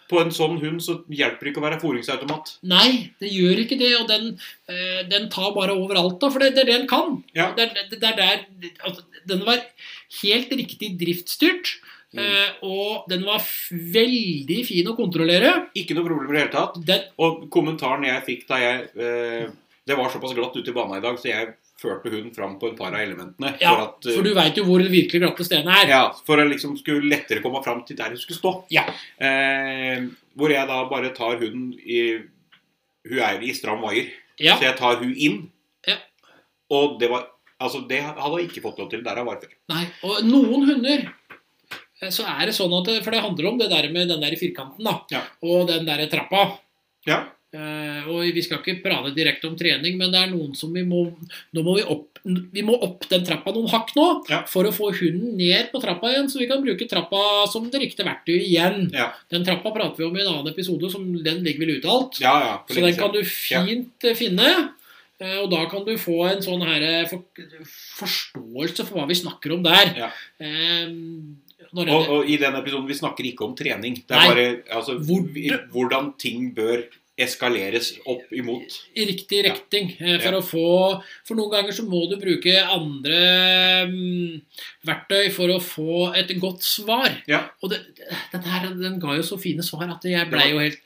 Speaker 1: På en sånn hund så hjelper det ikke å være fôringsautomat.
Speaker 2: Nei, det gjør ikke det. Og den, eh, den tar bare overalt, da. For det det er det den kan.
Speaker 1: Ja.
Speaker 2: Det, er- det, det er der altså, Den var helt riktig driftsstyrt.
Speaker 1: Mm.
Speaker 2: eh, Og den var f veldig fin å kontrollere.
Speaker 1: Ikke noe problem i det hele tatt.
Speaker 2: Den,
Speaker 1: Og kommentaren jeg fikk da jeg eh, Det var såpass glatt ute i banen i dag, så jeg førte hunden fram på et par av elementene.
Speaker 2: ja,
Speaker 1: for at, eh,
Speaker 2: for du veit jo hvor den virkelig glatte stenen er.
Speaker 1: Ja, for å liksom skulle lettere komme fram til der hun skulle stå.
Speaker 2: Ja.
Speaker 1: Eh, hvor jeg da bare tar hunden i Hun er i stram vaier,
Speaker 2: Ja.
Speaker 1: så jeg tar hun inn.
Speaker 2: Ja.
Speaker 1: Og det var Altså, det hadde hun ikke fått lov til der hun var før.
Speaker 2: Nei, og noen hunder eh, så er det sånn at, det- For det handler om det der med den der firkanten da,
Speaker 1: Ja.
Speaker 2: og den der trappa.
Speaker 1: Ja.
Speaker 2: Eh, og Vi skal ikke prate direkte om trening, men det er noen som vi må nå må vi, opp, vi må opp den trappa noen hakk nå
Speaker 1: Ja.
Speaker 2: for å få hunden ned på trappa igjen, så vi kan bruke trappa som det riktige verktøyet igjen.
Speaker 1: Ja.
Speaker 2: Den trappa prater vi om i en annen episode, som den ligger vel uttalt.
Speaker 1: Ja, ja. for
Speaker 2: Så
Speaker 1: lenge
Speaker 2: den
Speaker 1: siden.
Speaker 2: kan du fint eh, finne. eh, Og da kan du få en sånn her eh, for, forståelse for hva vi snakker om der.
Speaker 1: Ja.
Speaker 2: Eh, når
Speaker 1: og,
Speaker 2: det,
Speaker 1: og i den episoden vi snakker ikke om trening. Det
Speaker 2: Nei.
Speaker 1: er bare altså,
Speaker 2: Hvor-
Speaker 1: vi- hvordan ting bør eskaleres opp imot.
Speaker 2: I riktig
Speaker 1: Ja.
Speaker 2: rekting. eh, For
Speaker 1: Ja.
Speaker 2: å få For noen ganger så må du bruke andre mm, verktøy for å få et godt svar.
Speaker 1: Ja.
Speaker 2: Og det, den her den ga jo så fine svar at jeg
Speaker 1: Det
Speaker 2: blei
Speaker 1: var-
Speaker 2: jo helt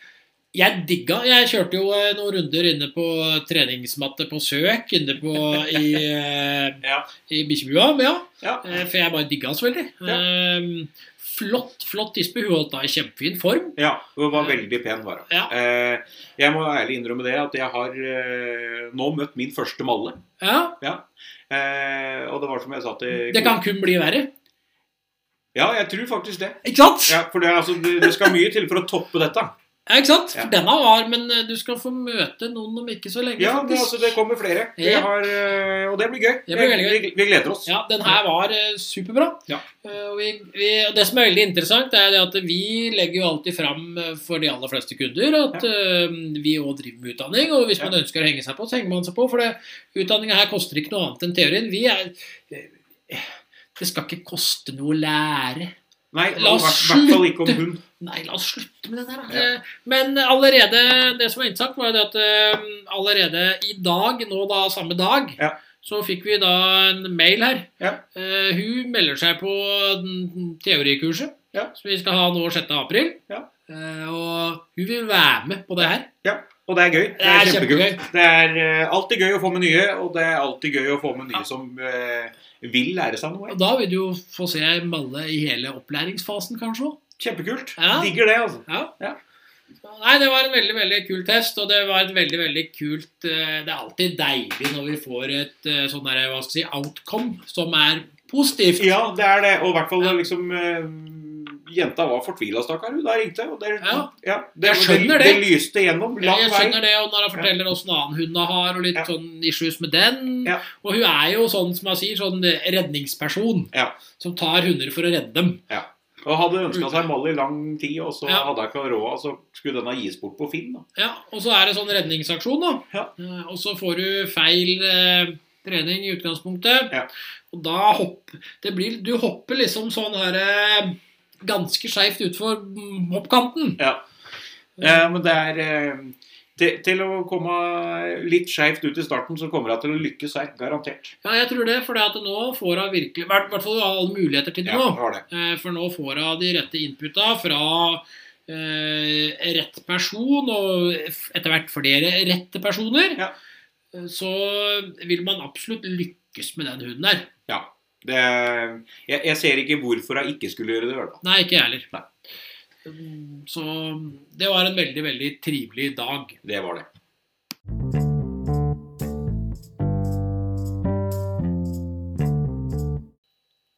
Speaker 2: jeg digga. Jeg kjørte jo eh, noen runder inne på treningsmatte på Søk, inne på i, eh,
Speaker 1: Ja.
Speaker 2: i bikkjebua. men Ja.
Speaker 1: Ja.
Speaker 2: Eh, For jeg bare digga så veldig.
Speaker 1: Ja.
Speaker 2: Ehm, Flott flott tispe. Hun holdt da i kjempefin form.
Speaker 1: Ja, hun var veldig pen, var hun.
Speaker 2: Ja.
Speaker 1: Eh, jeg må ærlig innrømme det at jeg har eh, nå møtt min første malle.
Speaker 2: Ja,
Speaker 1: Eh, og det var som jeg sa til
Speaker 2: Det kan kun bli verre.
Speaker 1: Ja, jeg tror faktisk det.
Speaker 2: Ikke sant?
Speaker 1: Ja, for det, er altså, det, det skal mye til for å toppe dette.
Speaker 2: Ja, ikke sant?
Speaker 1: Ja.
Speaker 2: For denne var, men eh, du skal få møte noen om ikke så lenge.
Speaker 1: Ja, det,
Speaker 2: faktisk.
Speaker 1: altså, det kommer flere. Vi
Speaker 2: Ja.
Speaker 1: har, eh, og det blir gøy.
Speaker 2: Det blir veldig gøy.
Speaker 1: Vi, vi gleder oss.
Speaker 2: Ja, den her var eh, superbra.
Speaker 1: Ja.
Speaker 2: Eh, og vi, vi, og det som er veldig interessant, er det at vi legger jo alltid fram eh, for de aller fleste kunder at eh, vi òg driver med utdanning. Og hvis
Speaker 1: Ja.
Speaker 2: man ønsker å henge seg på, så henger man seg på. For det, utdanninga her koster ikke noe annet enn teorien. Vi er eh, Det skal ikke koste noe å lære.
Speaker 1: Nei,
Speaker 2: La
Speaker 1: og i
Speaker 2: oss
Speaker 1: hvert hvert fall ikke om
Speaker 2: slutte.
Speaker 1: hund.
Speaker 2: Nei, la oss slutte med det der. da. Eh, Men allerede det som var interessant, var jo det at eh, allerede i dag, nå da samme dag,
Speaker 1: Ja.
Speaker 2: så fikk vi da en mail her.
Speaker 1: Ja.
Speaker 2: Eh, hun melder seg på den teorikurset
Speaker 1: Ja.
Speaker 2: som vi skal ha nå 6. april.
Speaker 1: Ja.
Speaker 2: Eh, og hun vil være med på det her.
Speaker 1: Og det er gøy. Det er, kjempegøy.
Speaker 2: kjempegøy.
Speaker 1: Det er eh, alltid gøy å få med nye, og det er alltid gøy å få med nye
Speaker 2: Ja.
Speaker 1: som eh, vil lære seg noe.
Speaker 2: Og da vil du jo få se Malle i hele opplæringsfasen, kanskje òg.
Speaker 1: Kjempekult.
Speaker 2: Ja.
Speaker 1: Digger det, altså.
Speaker 2: Ja.
Speaker 1: Ja.
Speaker 2: Så, Nei, det var en veldig veldig kul test, og det var et veldig veldig kult eh, Det er alltid deilig når vi får et eh, sånn der, hva skal jeg si, outcome som er positivt.
Speaker 1: Ja, det er det. Og i hvert fall
Speaker 2: Ja.
Speaker 1: liksom eh, Jenta var fortvila, stakkar. Hun da ringte. Og det,
Speaker 2: Ja.
Speaker 1: det,
Speaker 2: Jeg skjønner
Speaker 1: det.
Speaker 2: det.
Speaker 1: lyste gjennom. Lang
Speaker 2: jeg
Speaker 1: vei.
Speaker 2: skjønner det, og når han forteller åssen annen hund han har, og litt
Speaker 1: Ja.
Speaker 2: sånn issues med den.
Speaker 1: Ja.
Speaker 2: Og hun er jo sånn som han sier, sånn redningsperson.
Speaker 1: Ja.
Speaker 2: Som tar hunder for å redde dem.
Speaker 1: Og hadde ønska seg Molly i lang tid, og så
Speaker 2: Ja.
Speaker 1: hadde hun ikke råd, så skulle denne gis bort på Finn. da.
Speaker 2: Ja, Og så er det sånn redningsaksjon, da. Eh, Og så får du feil eh, trening i utgangspunktet.
Speaker 1: Ja.
Speaker 2: Og da hopper det blir, Du hopper liksom sånn her eh, ganske skeivt utfor mm, hoppkanten.
Speaker 1: Ja. Eh, men det er eh, til, til å komme litt skeivt ut i starten, så kommer hun til å lykkes her. Garantert.
Speaker 2: Ja, jeg tror det, for det at nå får hun virkelig I hvert hvert fall har hun alle muligheter til det
Speaker 1: Ja, hun
Speaker 2: nå.
Speaker 1: har det.
Speaker 2: Eh, For nå får hun de rette inputa fra eh, rett person, og f- etter hvert flere rette personer.
Speaker 1: Ja.
Speaker 2: Eh, Så vil man absolutt lykkes med den huden der.
Speaker 1: det jeg, jeg ser ikke hvorfor hun ikke skulle gjøre det. i hvert fall.
Speaker 2: Nei, ikke jeg heller.
Speaker 1: Nei.
Speaker 2: Mm, Så det var en veldig, veldig trivelig dag.
Speaker 1: Det var det.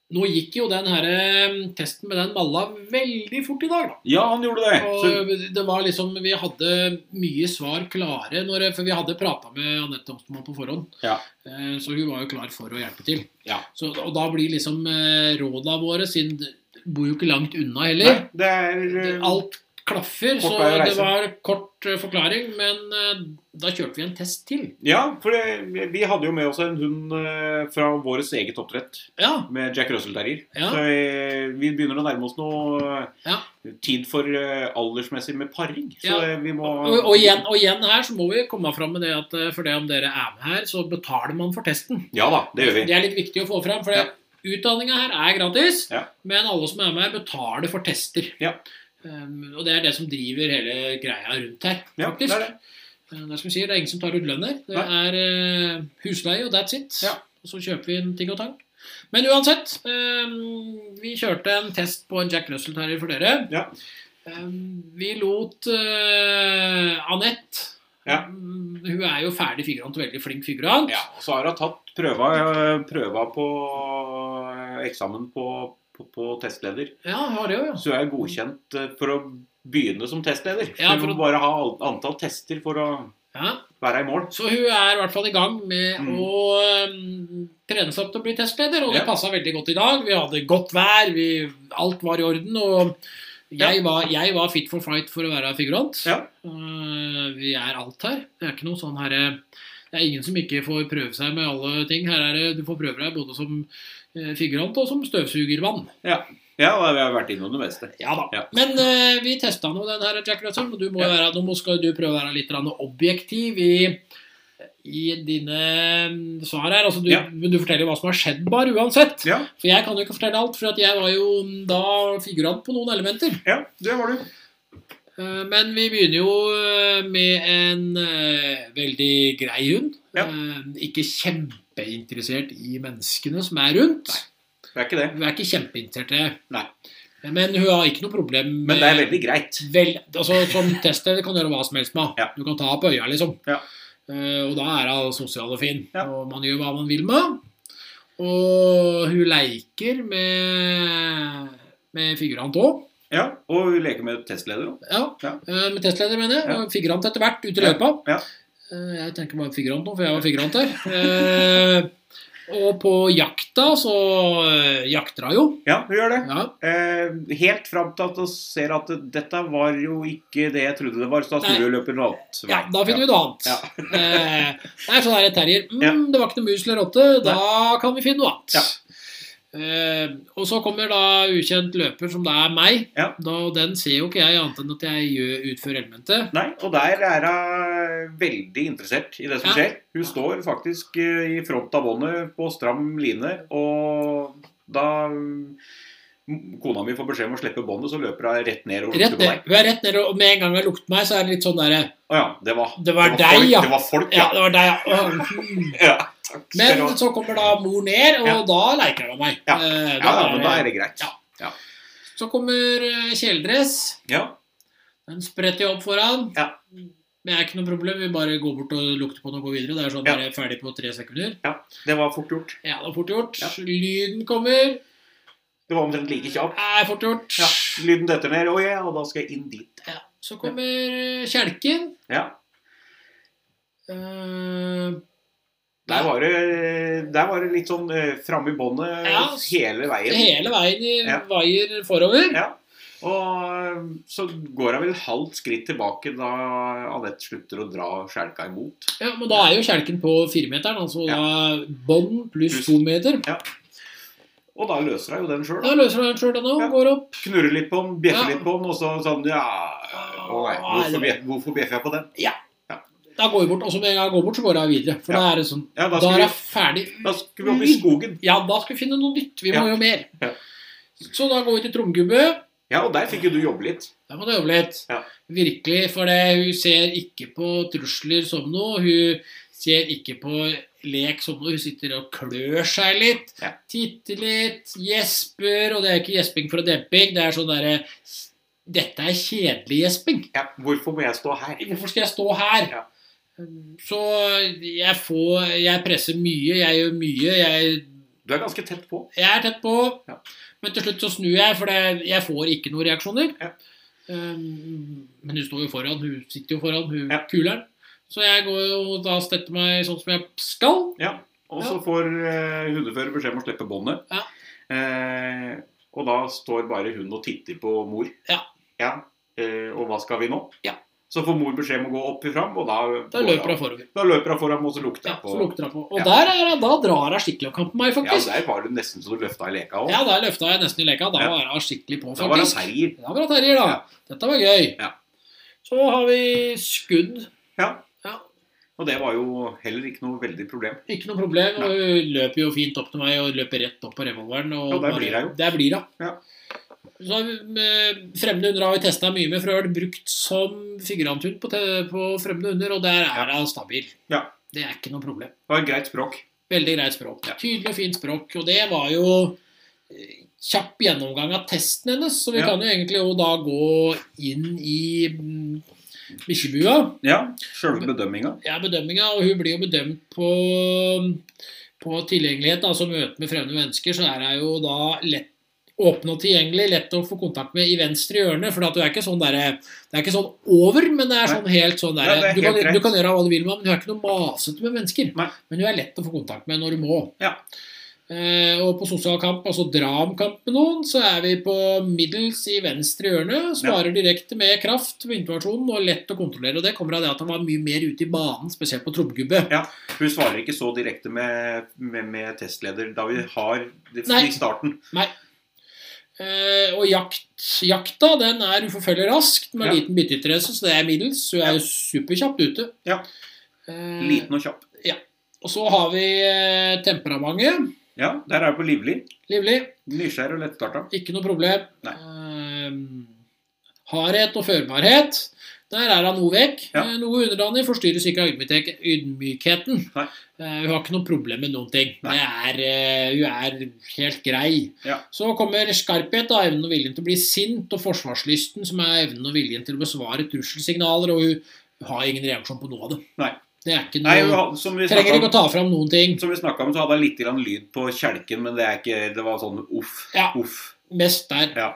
Speaker 2: Nå gikk jo den her eh, testen med den malla veldig fort i dag, da.
Speaker 1: Ja, han gjorde det. Så,
Speaker 2: Og det var liksom, Vi hadde mye svar klare, når, for vi hadde prata med Anette Ostermann på forhånd.
Speaker 1: Ja.
Speaker 2: Eh, Så hun var jo klar for å hjelpe til.
Speaker 1: Ja.
Speaker 2: Så, og da blir liksom eh, råda våre, siden du bor jo ikke langt unna heller
Speaker 1: nei, det er eh,
Speaker 2: Alt klaffer,
Speaker 1: Kort
Speaker 2: så
Speaker 1: vei å
Speaker 2: det
Speaker 1: reise.
Speaker 2: var kort eh, forklaring. Men eh, da kjørte vi en test til.
Speaker 1: Ja, for det, vi hadde jo med oss en hund eh, fra vårt eget oppdrett
Speaker 2: Ja,
Speaker 1: med Jack Russell-terrier.
Speaker 2: ja.
Speaker 1: Så eh, vi begynner å nærme oss noe
Speaker 2: Ja.
Speaker 1: eh, tid for eh, aldersmessig med paring. Så
Speaker 2: Ja.
Speaker 1: eh, vi må
Speaker 2: Og, og, igjen, og igjen her så må vi komme fram med det at eh, for det om dere er med her, så betaler man for testen.
Speaker 1: Ja da, det gjør vi.
Speaker 2: Det er litt viktig å få fram, for
Speaker 1: Ja.
Speaker 2: utdanninga her er gratis.
Speaker 1: Ja.
Speaker 2: Men alle som er med her, betaler for tester.
Speaker 1: Ja.
Speaker 2: Um, og det er det som driver hele greia rundt her,
Speaker 1: Ja, det
Speaker 2: faktisk.
Speaker 1: er det.
Speaker 2: Eh, det, er som vi sier, det er ingen som tar ut lønn her. Det er eh, husleie, og that's it.
Speaker 1: Ja.
Speaker 2: Og så kjøper vi en ting og tang. Men uansett, eh, vi kjørte en test på en Jack Russell-terrier for dere.
Speaker 1: Ja.
Speaker 2: Eh, vi lot eh, Anette
Speaker 1: Ja.
Speaker 2: Mm, Hun er jo ferdig figurant, og veldig flink figurant.
Speaker 1: Ja, og så har hun tatt prøva, eh, prøva på eh, eksamen på, på, på testleder.
Speaker 2: ja hun har det jo, ja.
Speaker 1: Så hun er godkjent eh, for å begynne som testleder.
Speaker 2: Ja,
Speaker 1: Så
Speaker 2: for
Speaker 1: du
Speaker 2: å-
Speaker 1: må bare ha alt- antall tester for å
Speaker 2: ja.
Speaker 1: være i mål.
Speaker 2: Så hun er i hvert fall i gang med
Speaker 1: Mm.
Speaker 2: å um, trene seg opp til å bli testleder, og det
Speaker 1: Ja.
Speaker 2: passa veldig godt i dag. Vi hadde godt vær, vi, alt var i orden, og jeg, var, jeg var fit for fight for å være figurant.
Speaker 1: Ja.
Speaker 2: Eh, vi er alt her. Det er ikke noe sånn herre Det er ingen som ikke får prøve seg med alle ting. Her er det, Du får prøve deg både som eh, figurant og som støvsugermann.
Speaker 1: Ja, og vi har vært innom det meste.
Speaker 2: Ja da.
Speaker 1: Ja.
Speaker 2: Men eh, vi testa nå den her, Jack Russell, og du må
Speaker 1: Ja.
Speaker 2: være, nå må- skal du prøve å være litt grann objektiv i, i dine mm, svar her. Altså, du,
Speaker 1: Ja.
Speaker 2: Men du forteller hva som har skjedd, bare uansett.
Speaker 1: Ja,
Speaker 2: For jeg kan jo ikke fortelle alt, for at jeg var jo mm, da figurant på noen elementer.
Speaker 1: ja det var du.
Speaker 2: Eh, Men vi begynner jo eh, med en eh, veldig grei hund.
Speaker 1: Ja.
Speaker 2: Eh, Ikke kjempeinteressert i menneskene som er rundt.
Speaker 1: Det er ikke det.
Speaker 2: Hun er ikke kjempeinteressert i det.
Speaker 1: Nei.
Speaker 2: Men hun har ikke noe problem med
Speaker 1: Men det er veldig greit.
Speaker 2: Vel, altså Som testleder kan du gjøre hva som helst med.
Speaker 1: Ja.
Speaker 2: Du kan ta på øya, liksom.
Speaker 1: Ja.
Speaker 2: Eh, og da er hun sosial og fin.
Speaker 1: Ja.
Speaker 2: Og man gjør hva man vil med henne. Og hun leker med, med figurant òg.
Speaker 1: Ja, og leke med testleder òg.
Speaker 2: Ja,
Speaker 1: Ja.
Speaker 2: eh, med testleder, mener jeg.
Speaker 1: Ja.
Speaker 2: og Figurant etter hvert, ute i løypa.
Speaker 1: Ja.
Speaker 2: Eh, Jeg tenker bare figurant nå, for jeg var figurant her. Eh, Og på jakta, så eh, jakter hun jo.
Speaker 1: Ja, hun gjør det.
Speaker 2: Ja,
Speaker 1: Eh, helt fram til at vi ser at dette var jo ikke det jeg trodde det var, så da snur vi og løper en annen vei.
Speaker 2: ja da finner vi noe annet. Eh, Det er sånn her terrier. Mm, Det var ikke noe mus eller rotte. Da kan vi finne noe annet.
Speaker 1: Ja.
Speaker 2: Eh, og så kommer da ukjent løper, som det er meg.
Speaker 1: Ja.
Speaker 2: Da, og den ser jo ikke jeg, annet enn at jeg gjør, utfører elementet.
Speaker 1: Nei, og der er hun veldig interessert i det som
Speaker 2: Ja.
Speaker 1: skjer. Hun står faktisk eh, i front av båndet på stram line, og da mm, kona mi får beskjed om å slippe båndet, så løper hun rett ned og
Speaker 2: Rett
Speaker 1: lukter på
Speaker 2: ned,
Speaker 1: deg.
Speaker 2: hun er rett ned, og med en gang hun lukter meg, så er det litt sånn derre
Speaker 1: Å ja, det var,
Speaker 2: Det var deg,
Speaker 1: folk,
Speaker 2: ja.
Speaker 1: Det var folk, ja.
Speaker 2: Ja, det var deg, ja. Åh, hmm.
Speaker 1: ja. Takk skal du ha.
Speaker 2: Men så kommer da mor ned, og
Speaker 1: Ja.
Speaker 2: da leker hun meg.
Speaker 1: Ja.
Speaker 2: Eh,
Speaker 1: Ja, ja, men da er det greit.
Speaker 2: Ja. Så kommer eh, kjeledress.
Speaker 1: Ja,
Speaker 2: Den spretter jeg opp foran.
Speaker 1: Ja.
Speaker 2: Det er ikke noe problem. Vi bare går bort og lukter på den og går videre. Det er sånn
Speaker 1: Ja.
Speaker 2: bare ferdig på tre sekunder.
Speaker 1: det var fort gjort.
Speaker 2: Ja, det er fort gjort.
Speaker 1: Ja.
Speaker 2: Lyden kommer.
Speaker 1: Det var omtrent like kjapt.
Speaker 2: Det er fort gjort.
Speaker 1: Ja, lyden detter ned, å ja, og da skal jeg inn dit.
Speaker 2: Ja. Så kommer eh, kjelken.
Speaker 1: Ja,
Speaker 2: Eh,
Speaker 1: der var det, der var det litt sånn eh, framme i båndet
Speaker 2: Ja.
Speaker 1: hele veien.
Speaker 2: hele veien i
Speaker 1: Ja.
Speaker 2: vaier forover.
Speaker 1: Ja. Og eh, så går hun vel et halvt skritt tilbake da Anette slutter å dra skjelka imot.
Speaker 2: Ja, men da er jo kjelken på firemeteren, altså
Speaker 1: Ja.
Speaker 2: da bånd pluss
Speaker 1: Pluss.
Speaker 2: to meter.
Speaker 1: Og da løser hun jo den sjøl.
Speaker 2: Da løser han sjøl denne og
Speaker 1: Ja.
Speaker 2: går opp.
Speaker 1: Knurrer litt på den, bjeffer
Speaker 2: Ja. Ah,
Speaker 1: litt på den, og så sånn Ja, å nei, hvorfor, bje- hvorfor bjeffer jeg på den?
Speaker 2: Da går vi bort, og så med en gang jeg går bort, så går jeg videre. For
Speaker 1: Ja.
Speaker 2: da er det sånn,
Speaker 1: Ja, da
Speaker 2: da er
Speaker 1: skulle,
Speaker 2: jeg ferdig.
Speaker 1: vi, da skulle vi opp i skogen.
Speaker 2: Ja, da skal vi finne noe nytt. Vi må
Speaker 1: Ja.
Speaker 2: jo mer.
Speaker 1: Ja.
Speaker 2: Så da går vi til Tromgubbe.
Speaker 1: Ja, og der fikk jo du jobbe litt.
Speaker 2: Da må du øve litt.
Speaker 1: Ja.
Speaker 2: Virkelig, for det, hun ser ikke på trusler som noe. Hun ser ikke på lek som noe. Hun sitter og klør seg litt,
Speaker 1: Ja.
Speaker 2: titter litt, gjesper. Og det er ikke gjesping for å demping. Det er sånn derre Dette er kjedelig gjesping.
Speaker 1: Ja, hvorfor må jeg stå her?
Speaker 2: Hvorfor skal jeg stå her?
Speaker 1: Ja.
Speaker 2: Så jeg får Jeg presser mye, jeg gjør mye. Jeg,
Speaker 1: Du er ganske tett på.
Speaker 2: jeg er tett på.
Speaker 1: Ja.
Speaker 2: Men til slutt så snur jeg, for det, jeg får ikke noen reaksjoner.
Speaker 1: Ja.
Speaker 2: Um, men hun står jo foran, hun sitter jo foran, hun
Speaker 1: Ja.
Speaker 2: kuleren. Så jeg går jo og da stetter meg sånn som jeg skal.
Speaker 1: Og så får eh, hundefører beskjed om å slippe båndet.
Speaker 2: Ja.
Speaker 1: Eh, og da står bare hun og titter på mor.
Speaker 2: Ja.
Speaker 1: eh, og hva skal vi nå?
Speaker 2: Ja.
Speaker 1: Så får mor beskjed om å gå opp i fram, og da,
Speaker 2: Da løper hun forover.
Speaker 1: da løper hun foran, og så lukter
Speaker 2: Ja,
Speaker 1: hun
Speaker 2: så
Speaker 1: på
Speaker 2: lukter hun på. Og
Speaker 1: Ja.
Speaker 2: der er hun, da drar hun skikkelig opp på meg,
Speaker 1: Ja,
Speaker 2: faktisk.
Speaker 1: der var du nesten så du løfta i leka òg.
Speaker 2: Ja, der løfta jeg nesten i leka. Da
Speaker 1: Ja.
Speaker 2: var hun skikkelig på,
Speaker 1: da var hun
Speaker 2: faktisk.
Speaker 1: seier.
Speaker 2: Da var det terrier, da. Dette var gøy.
Speaker 1: Ja.
Speaker 2: Så har vi skudd.
Speaker 1: Og det var jo heller ikke noe veldig problem.
Speaker 2: Ikke noe problem. Og hun løper jo fint opp til meg og løper rett opp på revolveren. Og
Speaker 1: Ja, der blir jeg jo.
Speaker 2: Der blir hun.
Speaker 1: Ja.
Speaker 2: Så har vi, eh, Fremmede hunder har vi testa mye med, for hun har vært brukt som figuranthund på, te- på fremmede hunder, og der er hun stabil.
Speaker 1: Ja.
Speaker 2: Det er ikke noe problem.
Speaker 1: Det var et greit språk.
Speaker 2: Veldig greit språk.
Speaker 1: Ja.
Speaker 2: Tydelig og fint språk. Og det var jo eh, kjapp gjennomgang av testen hennes, så vi
Speaker 1: Ja.
Speaker 2: kan jo egentlig jo da gå inn i mm, bikkjebua.
Speaker 1: Ja, Sjølve bedømminga.
Speaker 2: Ja, bedømminga, og hun blir jo bedømt på, på tilgjengelighet. Altså møte med fremmede mennesker, så er hun jo da lett åpen og tilgjengelig, lett å få kontakt med i venstre hjørne. For at du er ikke sånn derre Det er ikke sånn over, men det er sånn helt sånn
Speaker 1: Ja, det
Speaker 2: derre
Speaker 1: er
Speaker 2: du, kan-
Speaker 1: helt greit.
Speaker 2: du kan gjøre hva du vil med men hun er ikke noe masete med mennesker.
Speaker 1: Nei.
Speaker 2: Men hun er lett å få kontakt med når du må.
Speaker 1: Ja.
Speaker 2: Eh, og på sosial kamp, altså dramkamp med noen, så er vi på middels i venstre hjørne. Svarer direkte med kraft ved intervensjonen og lett å kontrollere. Og det kommer av det at han var mye mer ute i banen, spesielt på trommegubbe.
Speaker 1: Hun svarer ikke så direkte med, med, med testleder da vi har det,
Speaker 2: Nei.
Speaker 1: i starten.
Speaker 2: Eh, og jakt, jakta, den er uforfølgelig raskt med
Speaker 1: Ja.
Speaker 2: liten bytteinteresse, så det er middels. Hun
Speaker 1: Ja.
Speaker 2: er jo superkjapt ute.
Speaker 1: Ja.
Speaker 2: Eh,
Speaker 1: Liten og kjapp.
Speaker 2: Og så har vi eh, temperamentet.
Speaker 1: Ja, der er hun på livlig.
Speaker 2: Livlig.
Speaker 1: Nysgjerrig og lettstarta.
Speaker 2: Ikke noe problem.
Speaker 1: Nei.
Speaker 2: Eh, hardhet og førbarhet. Der er han noe vekk.
Speaker 1: Ja.
Speaker 2: Eh, Noe underdanig forstyrres ikke av ydmyk ydmykheten.
Speaker 1: Nei.
Speaker 2: Eh, hun har ikke noe problem med noen ting.
Speaker 1: Nei.
Speaker 2: Det er, eh, hun er helt grei.
Speaker 1: Ja.
Speaker 2: Så kommer skarphet, da, evnen og viljen til å bli sint, og forsvarslysten, som er evnen og viljen til å besvare trusselsignaler, og hun har ingen reaksjon på noe av det.
Speaker 1: Nei.
Speaker 2: Det er ikke noe,
Speaker 1: Nei, hun hadde- som vi
Speaker 2: Mm. trenger
Speaker 1: snakket
Speaker 2: ikke
Speaker 1: om,
Speaker 2: å ta fram noen ting.
Speaker 1: som vi snakket om, så hadde hun litt grann lyd på kjelken, men det, er ikke, det var sånn uff,
Speaker 2: Ja.
Speaker 1: uff.
Speaker 2: Mest der.
Speaker 1: Ja.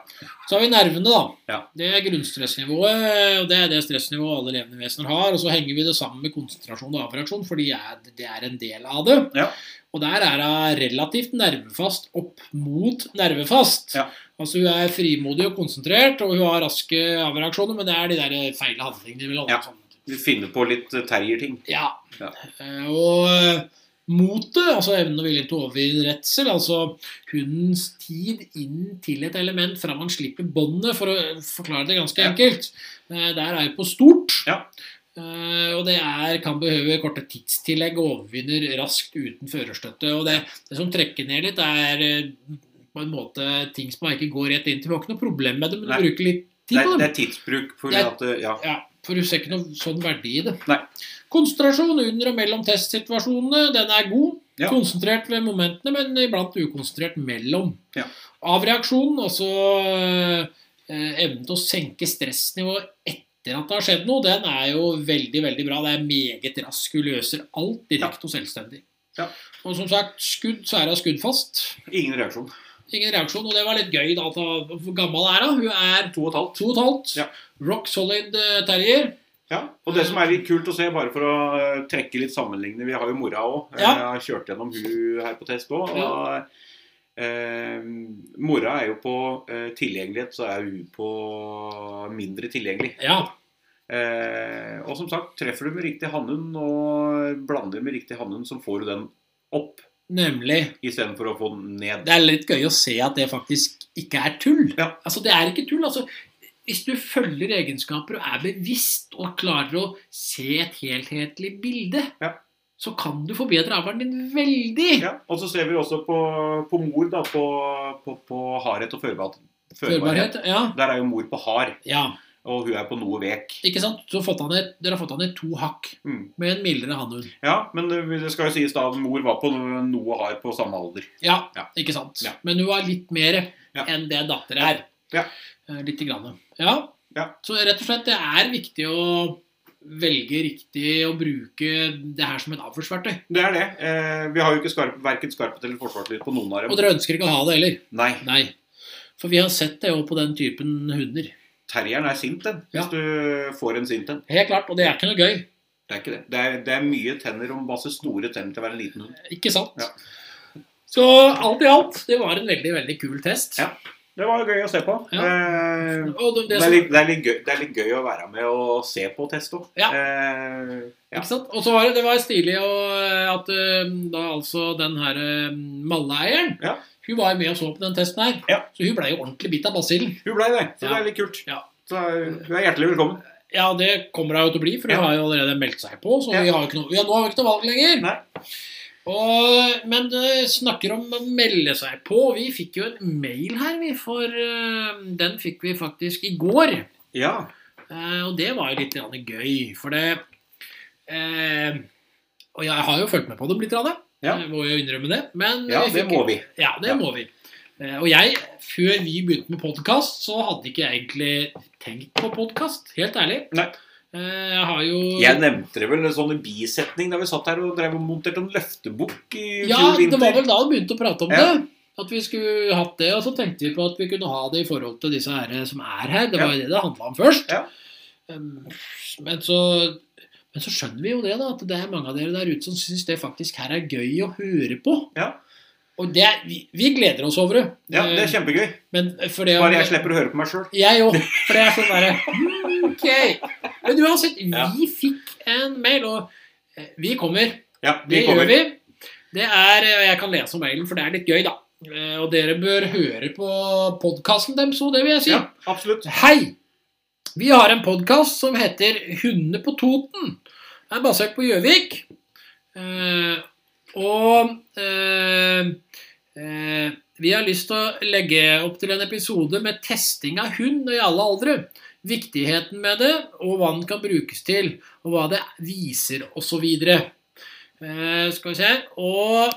Speaker 2: Så har vi nervene, da.
Speaker 1: Ja.
Speaker 2: Det er grunnstressnivået, og det er det stressnivået alle levende vesener har. Og så henger vi det sammen med konsentrasjon og avreaksjon, fordi jeg- det er en del av det.
Speaker 1: Ja.
Speaker 2: Og der er hun relativt nervefast opp mot nervefast.
Speaker 1: Ja.
Speaker 2: Altså Hun er frimodig og konsentrert, og hun har raske avreaksjoner, men det er de der feile handlingene. vi vil alle sånn
Speaker 1: Ja.
Speaker 2: sammen.
Speaker 1: Du finner på litt eh, terrier-ting.
Speaker 2: Ja.
Speaker 1: Ja.
Speaker 2: Eh, Og eh, motet, altså evnen og viljen til å overvinne redsel, altså hundens tid inn til et element fra man slipper båndet, for å eh, forklare det ganske
Speaker 1: Ja.
Speaker 2: enkelt. Eh, Der er vi på stort.
Speaker 1: Ja.
Speaker 2: Eh, og det er, kan behøve korte tidstillegg og overvinner raskt uten førerstøtte. Og det, det som trekker ned litt, er eh, på en måte ting som man ikke går rett inn til. Vi har ikke noe problem med det, men
Speaker 1: Nei.
Speaker 2: du bruker litt tid
Speaker 1: Det er,
Speaker 2: på
Speaker 1: det
Speaker 2: det.
Speaker 1: er tidsbruk for
Speaker 2: Det er-
Speaker 1: at eh, Ja.
Speaker 2: Ja, for du ser ikke noe sånn verdi i det.
Speaker 1: Nei.
Speaker 2: Konsentrasjon under og mellom testsituasjonene, den er god.
Speaker 1: Ja.
Speaker 2: Konsentrert ved momentene, men iblant ukonsentrert mellom.
Speaker 1: Ja.
Speaker 2: Avreaksjonen, altså eh, evnen til å senke stressnivået etter at det har skjedd noe, den er jo veldig, veldig bra. Det er meget rask. Hun løser alt direkte og selvstendig.
Speaker 1: Ja.
Speaker 2: Og som sagt, skudd, så er hun skuddfast.
Speaker 1: Ingen reaksjon.
Speaker 2: Ingen reaksjon, og det var litt gøy da. at hun- Hvor gammel er hun? Hun er
Speaker 1: To og et halvt.
Speaker 2: to og et halvt.
Speaker 1: Ja.
Speaker 2: Rock solid eh, terrier.
Speaker 1: Ja, og det som er litt kult å se, bare for å eh, trekke litt sammenlignende Vi har jo mora òg.
Speaker 2: Ja.
Speaker 1: Jeg har kjørt gjennom hun her på test òg.
Speaker 2: Ja.
Speaker 1: Eh, mora er jo på eh, tilgjengelighet, så er hun på mindre tilgjengelig.
Speaker 2: Ja.
Speaker 1: Eh, og som sagt, treffer du med riktig hannhund og blander med riktig hannhund, så får du den opp
Speaker 2: Nemlig.
Speaker 1: istedenfor å få den ned.
Speaker 2: Det er litt gøy å se at det faktisk ikke er tull.
Speaker 1: Ja.
Speaker 2: Altså, det er ikke tull. Altså, hvis du følger egenskaper og er bevisst og klarer å se et helhetlig bilde,
Speaker 1: Ja.
Speaker 2: så kan du forbedre avlen din veldig.
Speaker 1: Ja, og så ser vi også på, på mor, da, på, på, på hardhet og førbar, førbarhet.
Speaker 2: Førbarhet. Ja.
Speaker 1: Der er jo mor på hard,
Speaker 2: ja.
Speaker 1: og hun er på noe vek.
Speaker 2: Ikke sant? Så fått han et, dere har fått han i to hakk
Speaker 1: Mm.
Speaker 2: med en mildere hannhund.
Speaker 1: Ja, men det det skal jo sies da at mor var på noe hard på samme alder.
Speaker 2: Ja,
Speaker 1: Ja.
Speaker 2: ikke sant?
Speaker 1: Ja.
Speaker 2: Men hun er litt mer
Speaker 1: Ja.
Speaker 2: enn det datter er.
Speaker 1: Ja.
Speaker 2: Eh, Litt grann. Ja.
Speaker 1: Ja.
Speaker 2: Så rett og slett, det er viktig å velge riktig og bruke det her som et avlsverktøy.
Speaker 1: Det er det. Eh, vi har jo ikke skarp, verken skarphet eller forsvarslyd på noen av
Speaker 2: Og
Speaker 1: dem.
Speaker 2: dere ønsker ikke å ha det heller.
Speaker 1: Nei,
Speaker 2: Nei. For vi har sett det jo på den typen hunder.
Speaker 1: terrieren er sint, den. Hvis
Speaker 2: Ja.
Speaker 1: du får en sint en.
Speaker 2: Helt klart. Og det er ikke noe gøy.
Speaker 1: Det er ikke det. Det er, det er mye tenner og masse store tenner til å være en liten hund.
Speaker 2: Ikke sant?
Speaker 1: Ja.
Speaker 2: Så alt i alt, det var en veldig, veldig kul test.
Speaker 1: Ja. Det var gøy å se på.
Speaker 2: Ja.
Speaker 1: Eh,
Speaker 2: Og
Speaker 1: det,
Speaker 2: det, det
Speaker 1: er
Speaker 2: som,
Speaker 1: litt, det, er litt gøy, det er litt gøy å være med og se på test òg.
Speaker 2: Ja.
Speaker 1: Eh, ja.
Speaker 2: Ikke sant? Og så var det, det var stilig og, eh, at eh, da altså den her eh, malleeieren
Speaker 1: Ja.
Speaker 2: Hun var med og så på den testen her.
Speaker 1: Ja.
Speaker 2: Så hun blei jo ordentlig bitt av basillen.
Speaker 1: hun blei det, så det
Speaker 2: Ja.
Speaker 1: er litt kult.
Speaker 2: Ja.
Speaker 1: Så eh, du er hjertelig velkommen.
Speaker 2: Ja, det kommer hun jo til å bli, for hun
Speaker 1: Ja.
Speaker 2: har jo allerede meldt seg på. Så
Speaker 1: Ja.
Speaker 2: vi har jo ikke noe, ja, nå har vi ikke noe valg lenger.
Speaker 1: Nei.
Speaker 2: Og, men eh, snakker om å melde seg på. Vi fikk jo en mail her, vi, for eh, den fikk vi faktisk i går.
Speaker 1: Ja.
Speaker 2: Eh, og det var jo litt grann gøy, for det eh, Og jeg har jo fulgt med på dem litt, grann,
Speaker 1: Ja.
Speaker 2: jeg må jo innrømme det. Men
Speaker 1: ja,
Speaker 2: vi
Speaker 1: det
Speaker 2: fikk-
Speaker 1: må vi.
Speaker 2: Ja, det
Speaker 1: Ja.
Speaker 2: må vi. Eh, og jeg, før vi begynte med podkast, så hadde ikke jeg egentlig tenkt på podkast, helt ærlig.
Speaker 1: Nei.
Speaker 2: Eh, jeg har jo
Speaker 1: Jeg nevnte det vel en sånn bisetning da vi satt her og drev og monterte en løftebukk i
Speaker 2: Ja,
Speaker 1: fjor
Speaker 2: det var
Speaker 1: vinter.
Speaker 2: vel da vi begynte å prate om
Speaker 1: Ja.
Speaker 2: det. At vi skulle hatt det, og så tenkte vi på at vi kunne ha det i forhold til disse her som er her. Det var jo det det handla om først.
Speaker 1: Ja.
Speaker 2: Um, Men så, men så skjønner vi jo det, da. At det er mange av dere der ute som syns det faktisk her er gøy å høre på.
Speaker 1: Ja.
Speaker 2: Og det, er- vi, vi gleder oss over det.
Speaker 1: Ja, det er
Speaker 2: Eh,
Speaker 1: kjempegøy.
Speaker 2: Men for det
Speaker 1: Bare jeg slipper å høre på meg sjøl.
Speaker 2: Jeg òg. For det er sånn derre mm, Ok. Men uansett, vi
Speaker 1: Ja.
Speaker 2: fikk en mail, og eh, vi kommer.
Speaker 1: Ja,
Speaker 2: Det
Speaker 1: vi kommer.
Speaker 2: gjør vi. Det er, eh, Jeg kan lese om mailen, for det er litt gøy, da. Eh, Og dere bør høre på podkasten deres òg, det vil jeg si.
Speaker 1: Ja, absolutt.
Speaker 2: Hei! Vi har en podkast som heter 'Hundene på Toten'. Den er basert på Gjøvik. Eh, og eh, eh, vi har lyst til å legge opp til en episode med testing av hund i alle aldre. Viktigheten med det, og hva den kan brukes til, og hva det viser, osv. Eh, skal vi se Og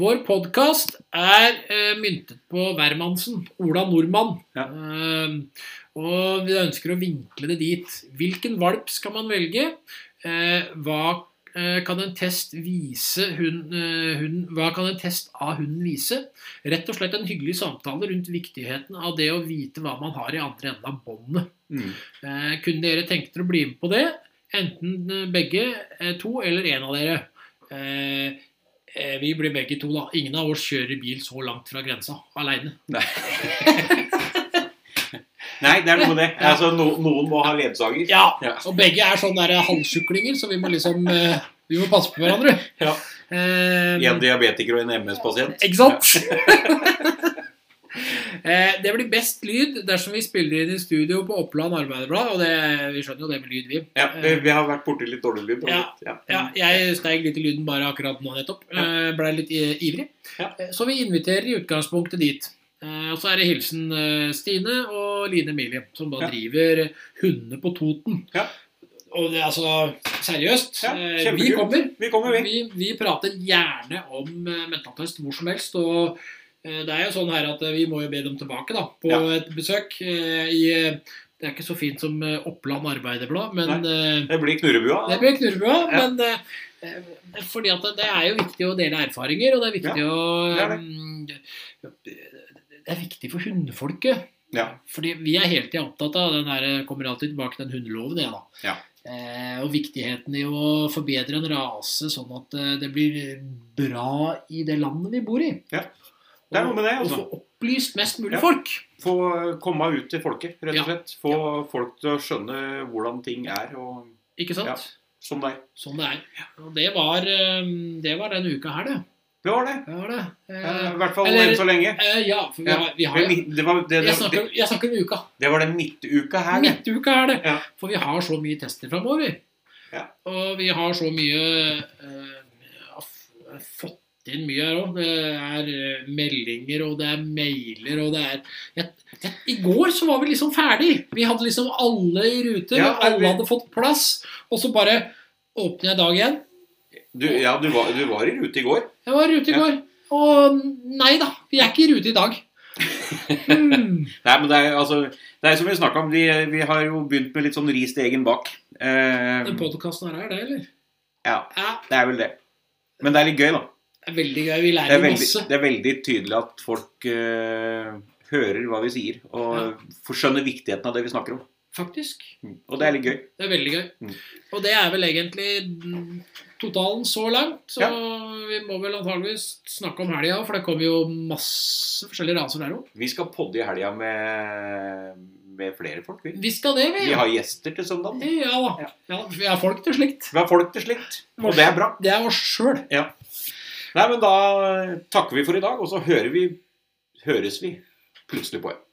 Speaker 2: vår podkast er eh, myntet på hvermannsen, Ola Nordmann.
Speaker 1: Ja.
Speaker 2: Eh, og vi ønsker å vinkle det dit. Hvilken valp skal man velge? Eh, hva eh, kan en test vise hun, eh, hun, Hva kan en test av hunden vise? Rett og slett en hyggelig samtale rundt viktigheten av det å vite hva man har i andre enden av båndet.
Speaker 1: Mm.
Speaker 2: Eh, kunne dere tenkt dere å bli med på det? Enten eh, begge eh, to eller en av dere. Eh, eh, vi blir begge to, da. Ingen av oss kjører bil så langt fra grensa aleine.
Speaker 1: Nei, det er noe med det.
Speaker 2: Ja.
Speaker 1: Altså, no, noen må ha ledsager.
Speaker 2: Ja,
Speaker 1: Ja.
Speaker 2: og begge er sånne der halvsjuklinger, så vi må liksom eh, Vi må passe på hverandre.
Speaker 1: Ja.
Speaker 2: Eh,
Speaker 1: En diabetiker og en MS-pasient.
Speaker 2: Ikke sant? Eh, det blir best lyd dersom vi spiller inn i studio på Oppland Arbeiderblad. Og det, vi skjønner jo det med lyd, vi.
Speaker 1: Ja, vi, vi har vært borti litt dårlig lyd.
Speaker 2: Eh. Ja.
Speaker 1: Ja.
Speaker 2: Ja, jeg steig litt i lyden bare akkurat nå nettopp. Eh, Blei litt eh, ivrig.
Speaker 1: Ja.
Speaker 2: Eh, Så vi inviterer i utgangspunktet dit. Eh, Og så er det hilsen eh, Stine og Line Emilie, som da
Speaker 1: Ja.
Speaker 2: driver Hundene på Toten.
Speaker 1: Ja.
Speaker 2: Og det er altså seriøst.
Speaker 1: Ja,
Speaker 2: eh, vi
Speaker 1: kjempekult.
Speaker 2: kommer.
Speaker 1: Vi kommer, vi.
Speaker 2: Vi, vi prater gjerne om eh, mentaltest hvor som helst. og eh, det er jo sånn her at eh, Vi må jo be dem tilbake da, på
Speaker 1: Ja.
Speaker 2: et besøk. eh, i, eh, det er ikke så fint som eh, Oppland Arbeiderblad, men eh,
Speaker 1: Det blir knurrebua.
Speaker 2: det blir knurrebua.
Speaker 1: Ja.
Speaker 2: Men eh, eh, fordi at det- det er jo viktig å dele erfaringer, og det er viktig
Speaker 1: det er
Speaker 2: å
Speaker 1: det.
Speaker 2: mm, Det er viktig for hundefolket.
Speaker 1: Ja.
Speaker 2: Fordi vi er hele tida opptatt av den der, eh, kommer alltid tilbake til den hundeloven, jeg, da.
Speaker 1: Ja.
Speaker 2: Eh, og viktigheten i å forbedre en rase sånn at eh, det blir bra i det landet vi bor i.
Speaker 1: Ja. Det er noe med det,
Speaker 2: Og-
Speaker 1: altså.
Speaker 2: Og få opplyst mest mulig
Speaker 1: Ja.
Speaker 2: folk.
Speaker 1: Få komme ut til folket, rett
Speaker 2: Ja.
Speaker 1: og slett. Få folk til å skjønne hvordan ting er, og
Speaker 2: Ikke sant?
Speaker 1: Ja. som det er.
Speaker 2: Sånn det er. Og det var, eh, det var denne uka her, det.
Speaker 1: Det var det.
Speaker 2: det, var det. Eh,
Speaker 1: Eh, I hvert fall
Speaker 2: Eller-
Speaker 1: enn så lenge.
Speaker 2: Eh, ja, for vi
Speaker 1: Ja.
Speaker 2: har, vi har
Speaker 1: Men ni- Det var, det,
Speaker 2: jeg,
Speaker 1: det, det,
Speaker 2: snakker, jeg snakker om uka.
Speaker 1: det var den midtuka her. det.
Speaker 2: Midtuka er det.
Speaker 1: Ja.
Speaker 2: For vi har så mye tester framover.
Speaker 1: Ja.
Speaker 2: Og vi har så mye eh, ja, f- fått inn mye her òg. Det er eh, meldinger, og det er mailer, og det er jeg, jeg, I går så var vi liksom ferdig. Vi hadde liksom alle i rute.
Speaker 1: Ja,
Speaker 2: og alle
Speaker 1: vi-
Speaker 2: hadde fått plass. Og så bare åpner jeg dag igjen.
Speaker 1: Du, ja, du var, du var i rute i går.
Speaker 2: Jeg var i rute i
Speaker 1: Ja.
Speaker 2: går. Og nei da, vi er ikke i rute i dag. Hmm.
Speaker 1: Nei, men det er, altså, det er som vi snakka om, vi, vi har jo begynt med litt sånn ris til egen bak. Eh,
Speaker 2: Den podkasten her er det, eller?
Speaker 1: Ja.
Speaker 2: ja.
Speaker 1: det er vel det. Men det er litt gøy, da.
Speaker 2: Det er veldig gøy. Vi
Speaker 1: Det
Speaker 2: lærer
Speaker 1: er veldig,
Speaker 2: masse.
Speaker 1: det er veldig tydelig at folk eh, hører hva vi sier, og får skjønner viktigheten av det vi snakker om.
Speaker 2: Faktisk.
Speaker 1: Og det er litt gøy.
Speaker 2: Det er veldig gøy.
Speaker 1: Mm.
Speaker 2: Og det er vel egentlig mm, totalen så langt. Så
Speaker 1: Ja.
Speaker 2: vi må vel antageligvis snakke om helga, for det kommer jo masse forskjellige raser der òg.
Speaker 1: Vi skal podde i helga med, med flere folk. Vi.
Speaker 2: Vi skal det, vi.
Speaker 1: vi har gjester til søndag.
Speaker 2: Ja da. Ja, vi har folk til slikt.
Speaker 1: Vi har folk til slikt, og det er bra.
Speaker 2: Det er oss sjøl.
Speaker 1: Nei, men Da takker vi for i dag, og så hører vi, høres vi plutselig på igjen.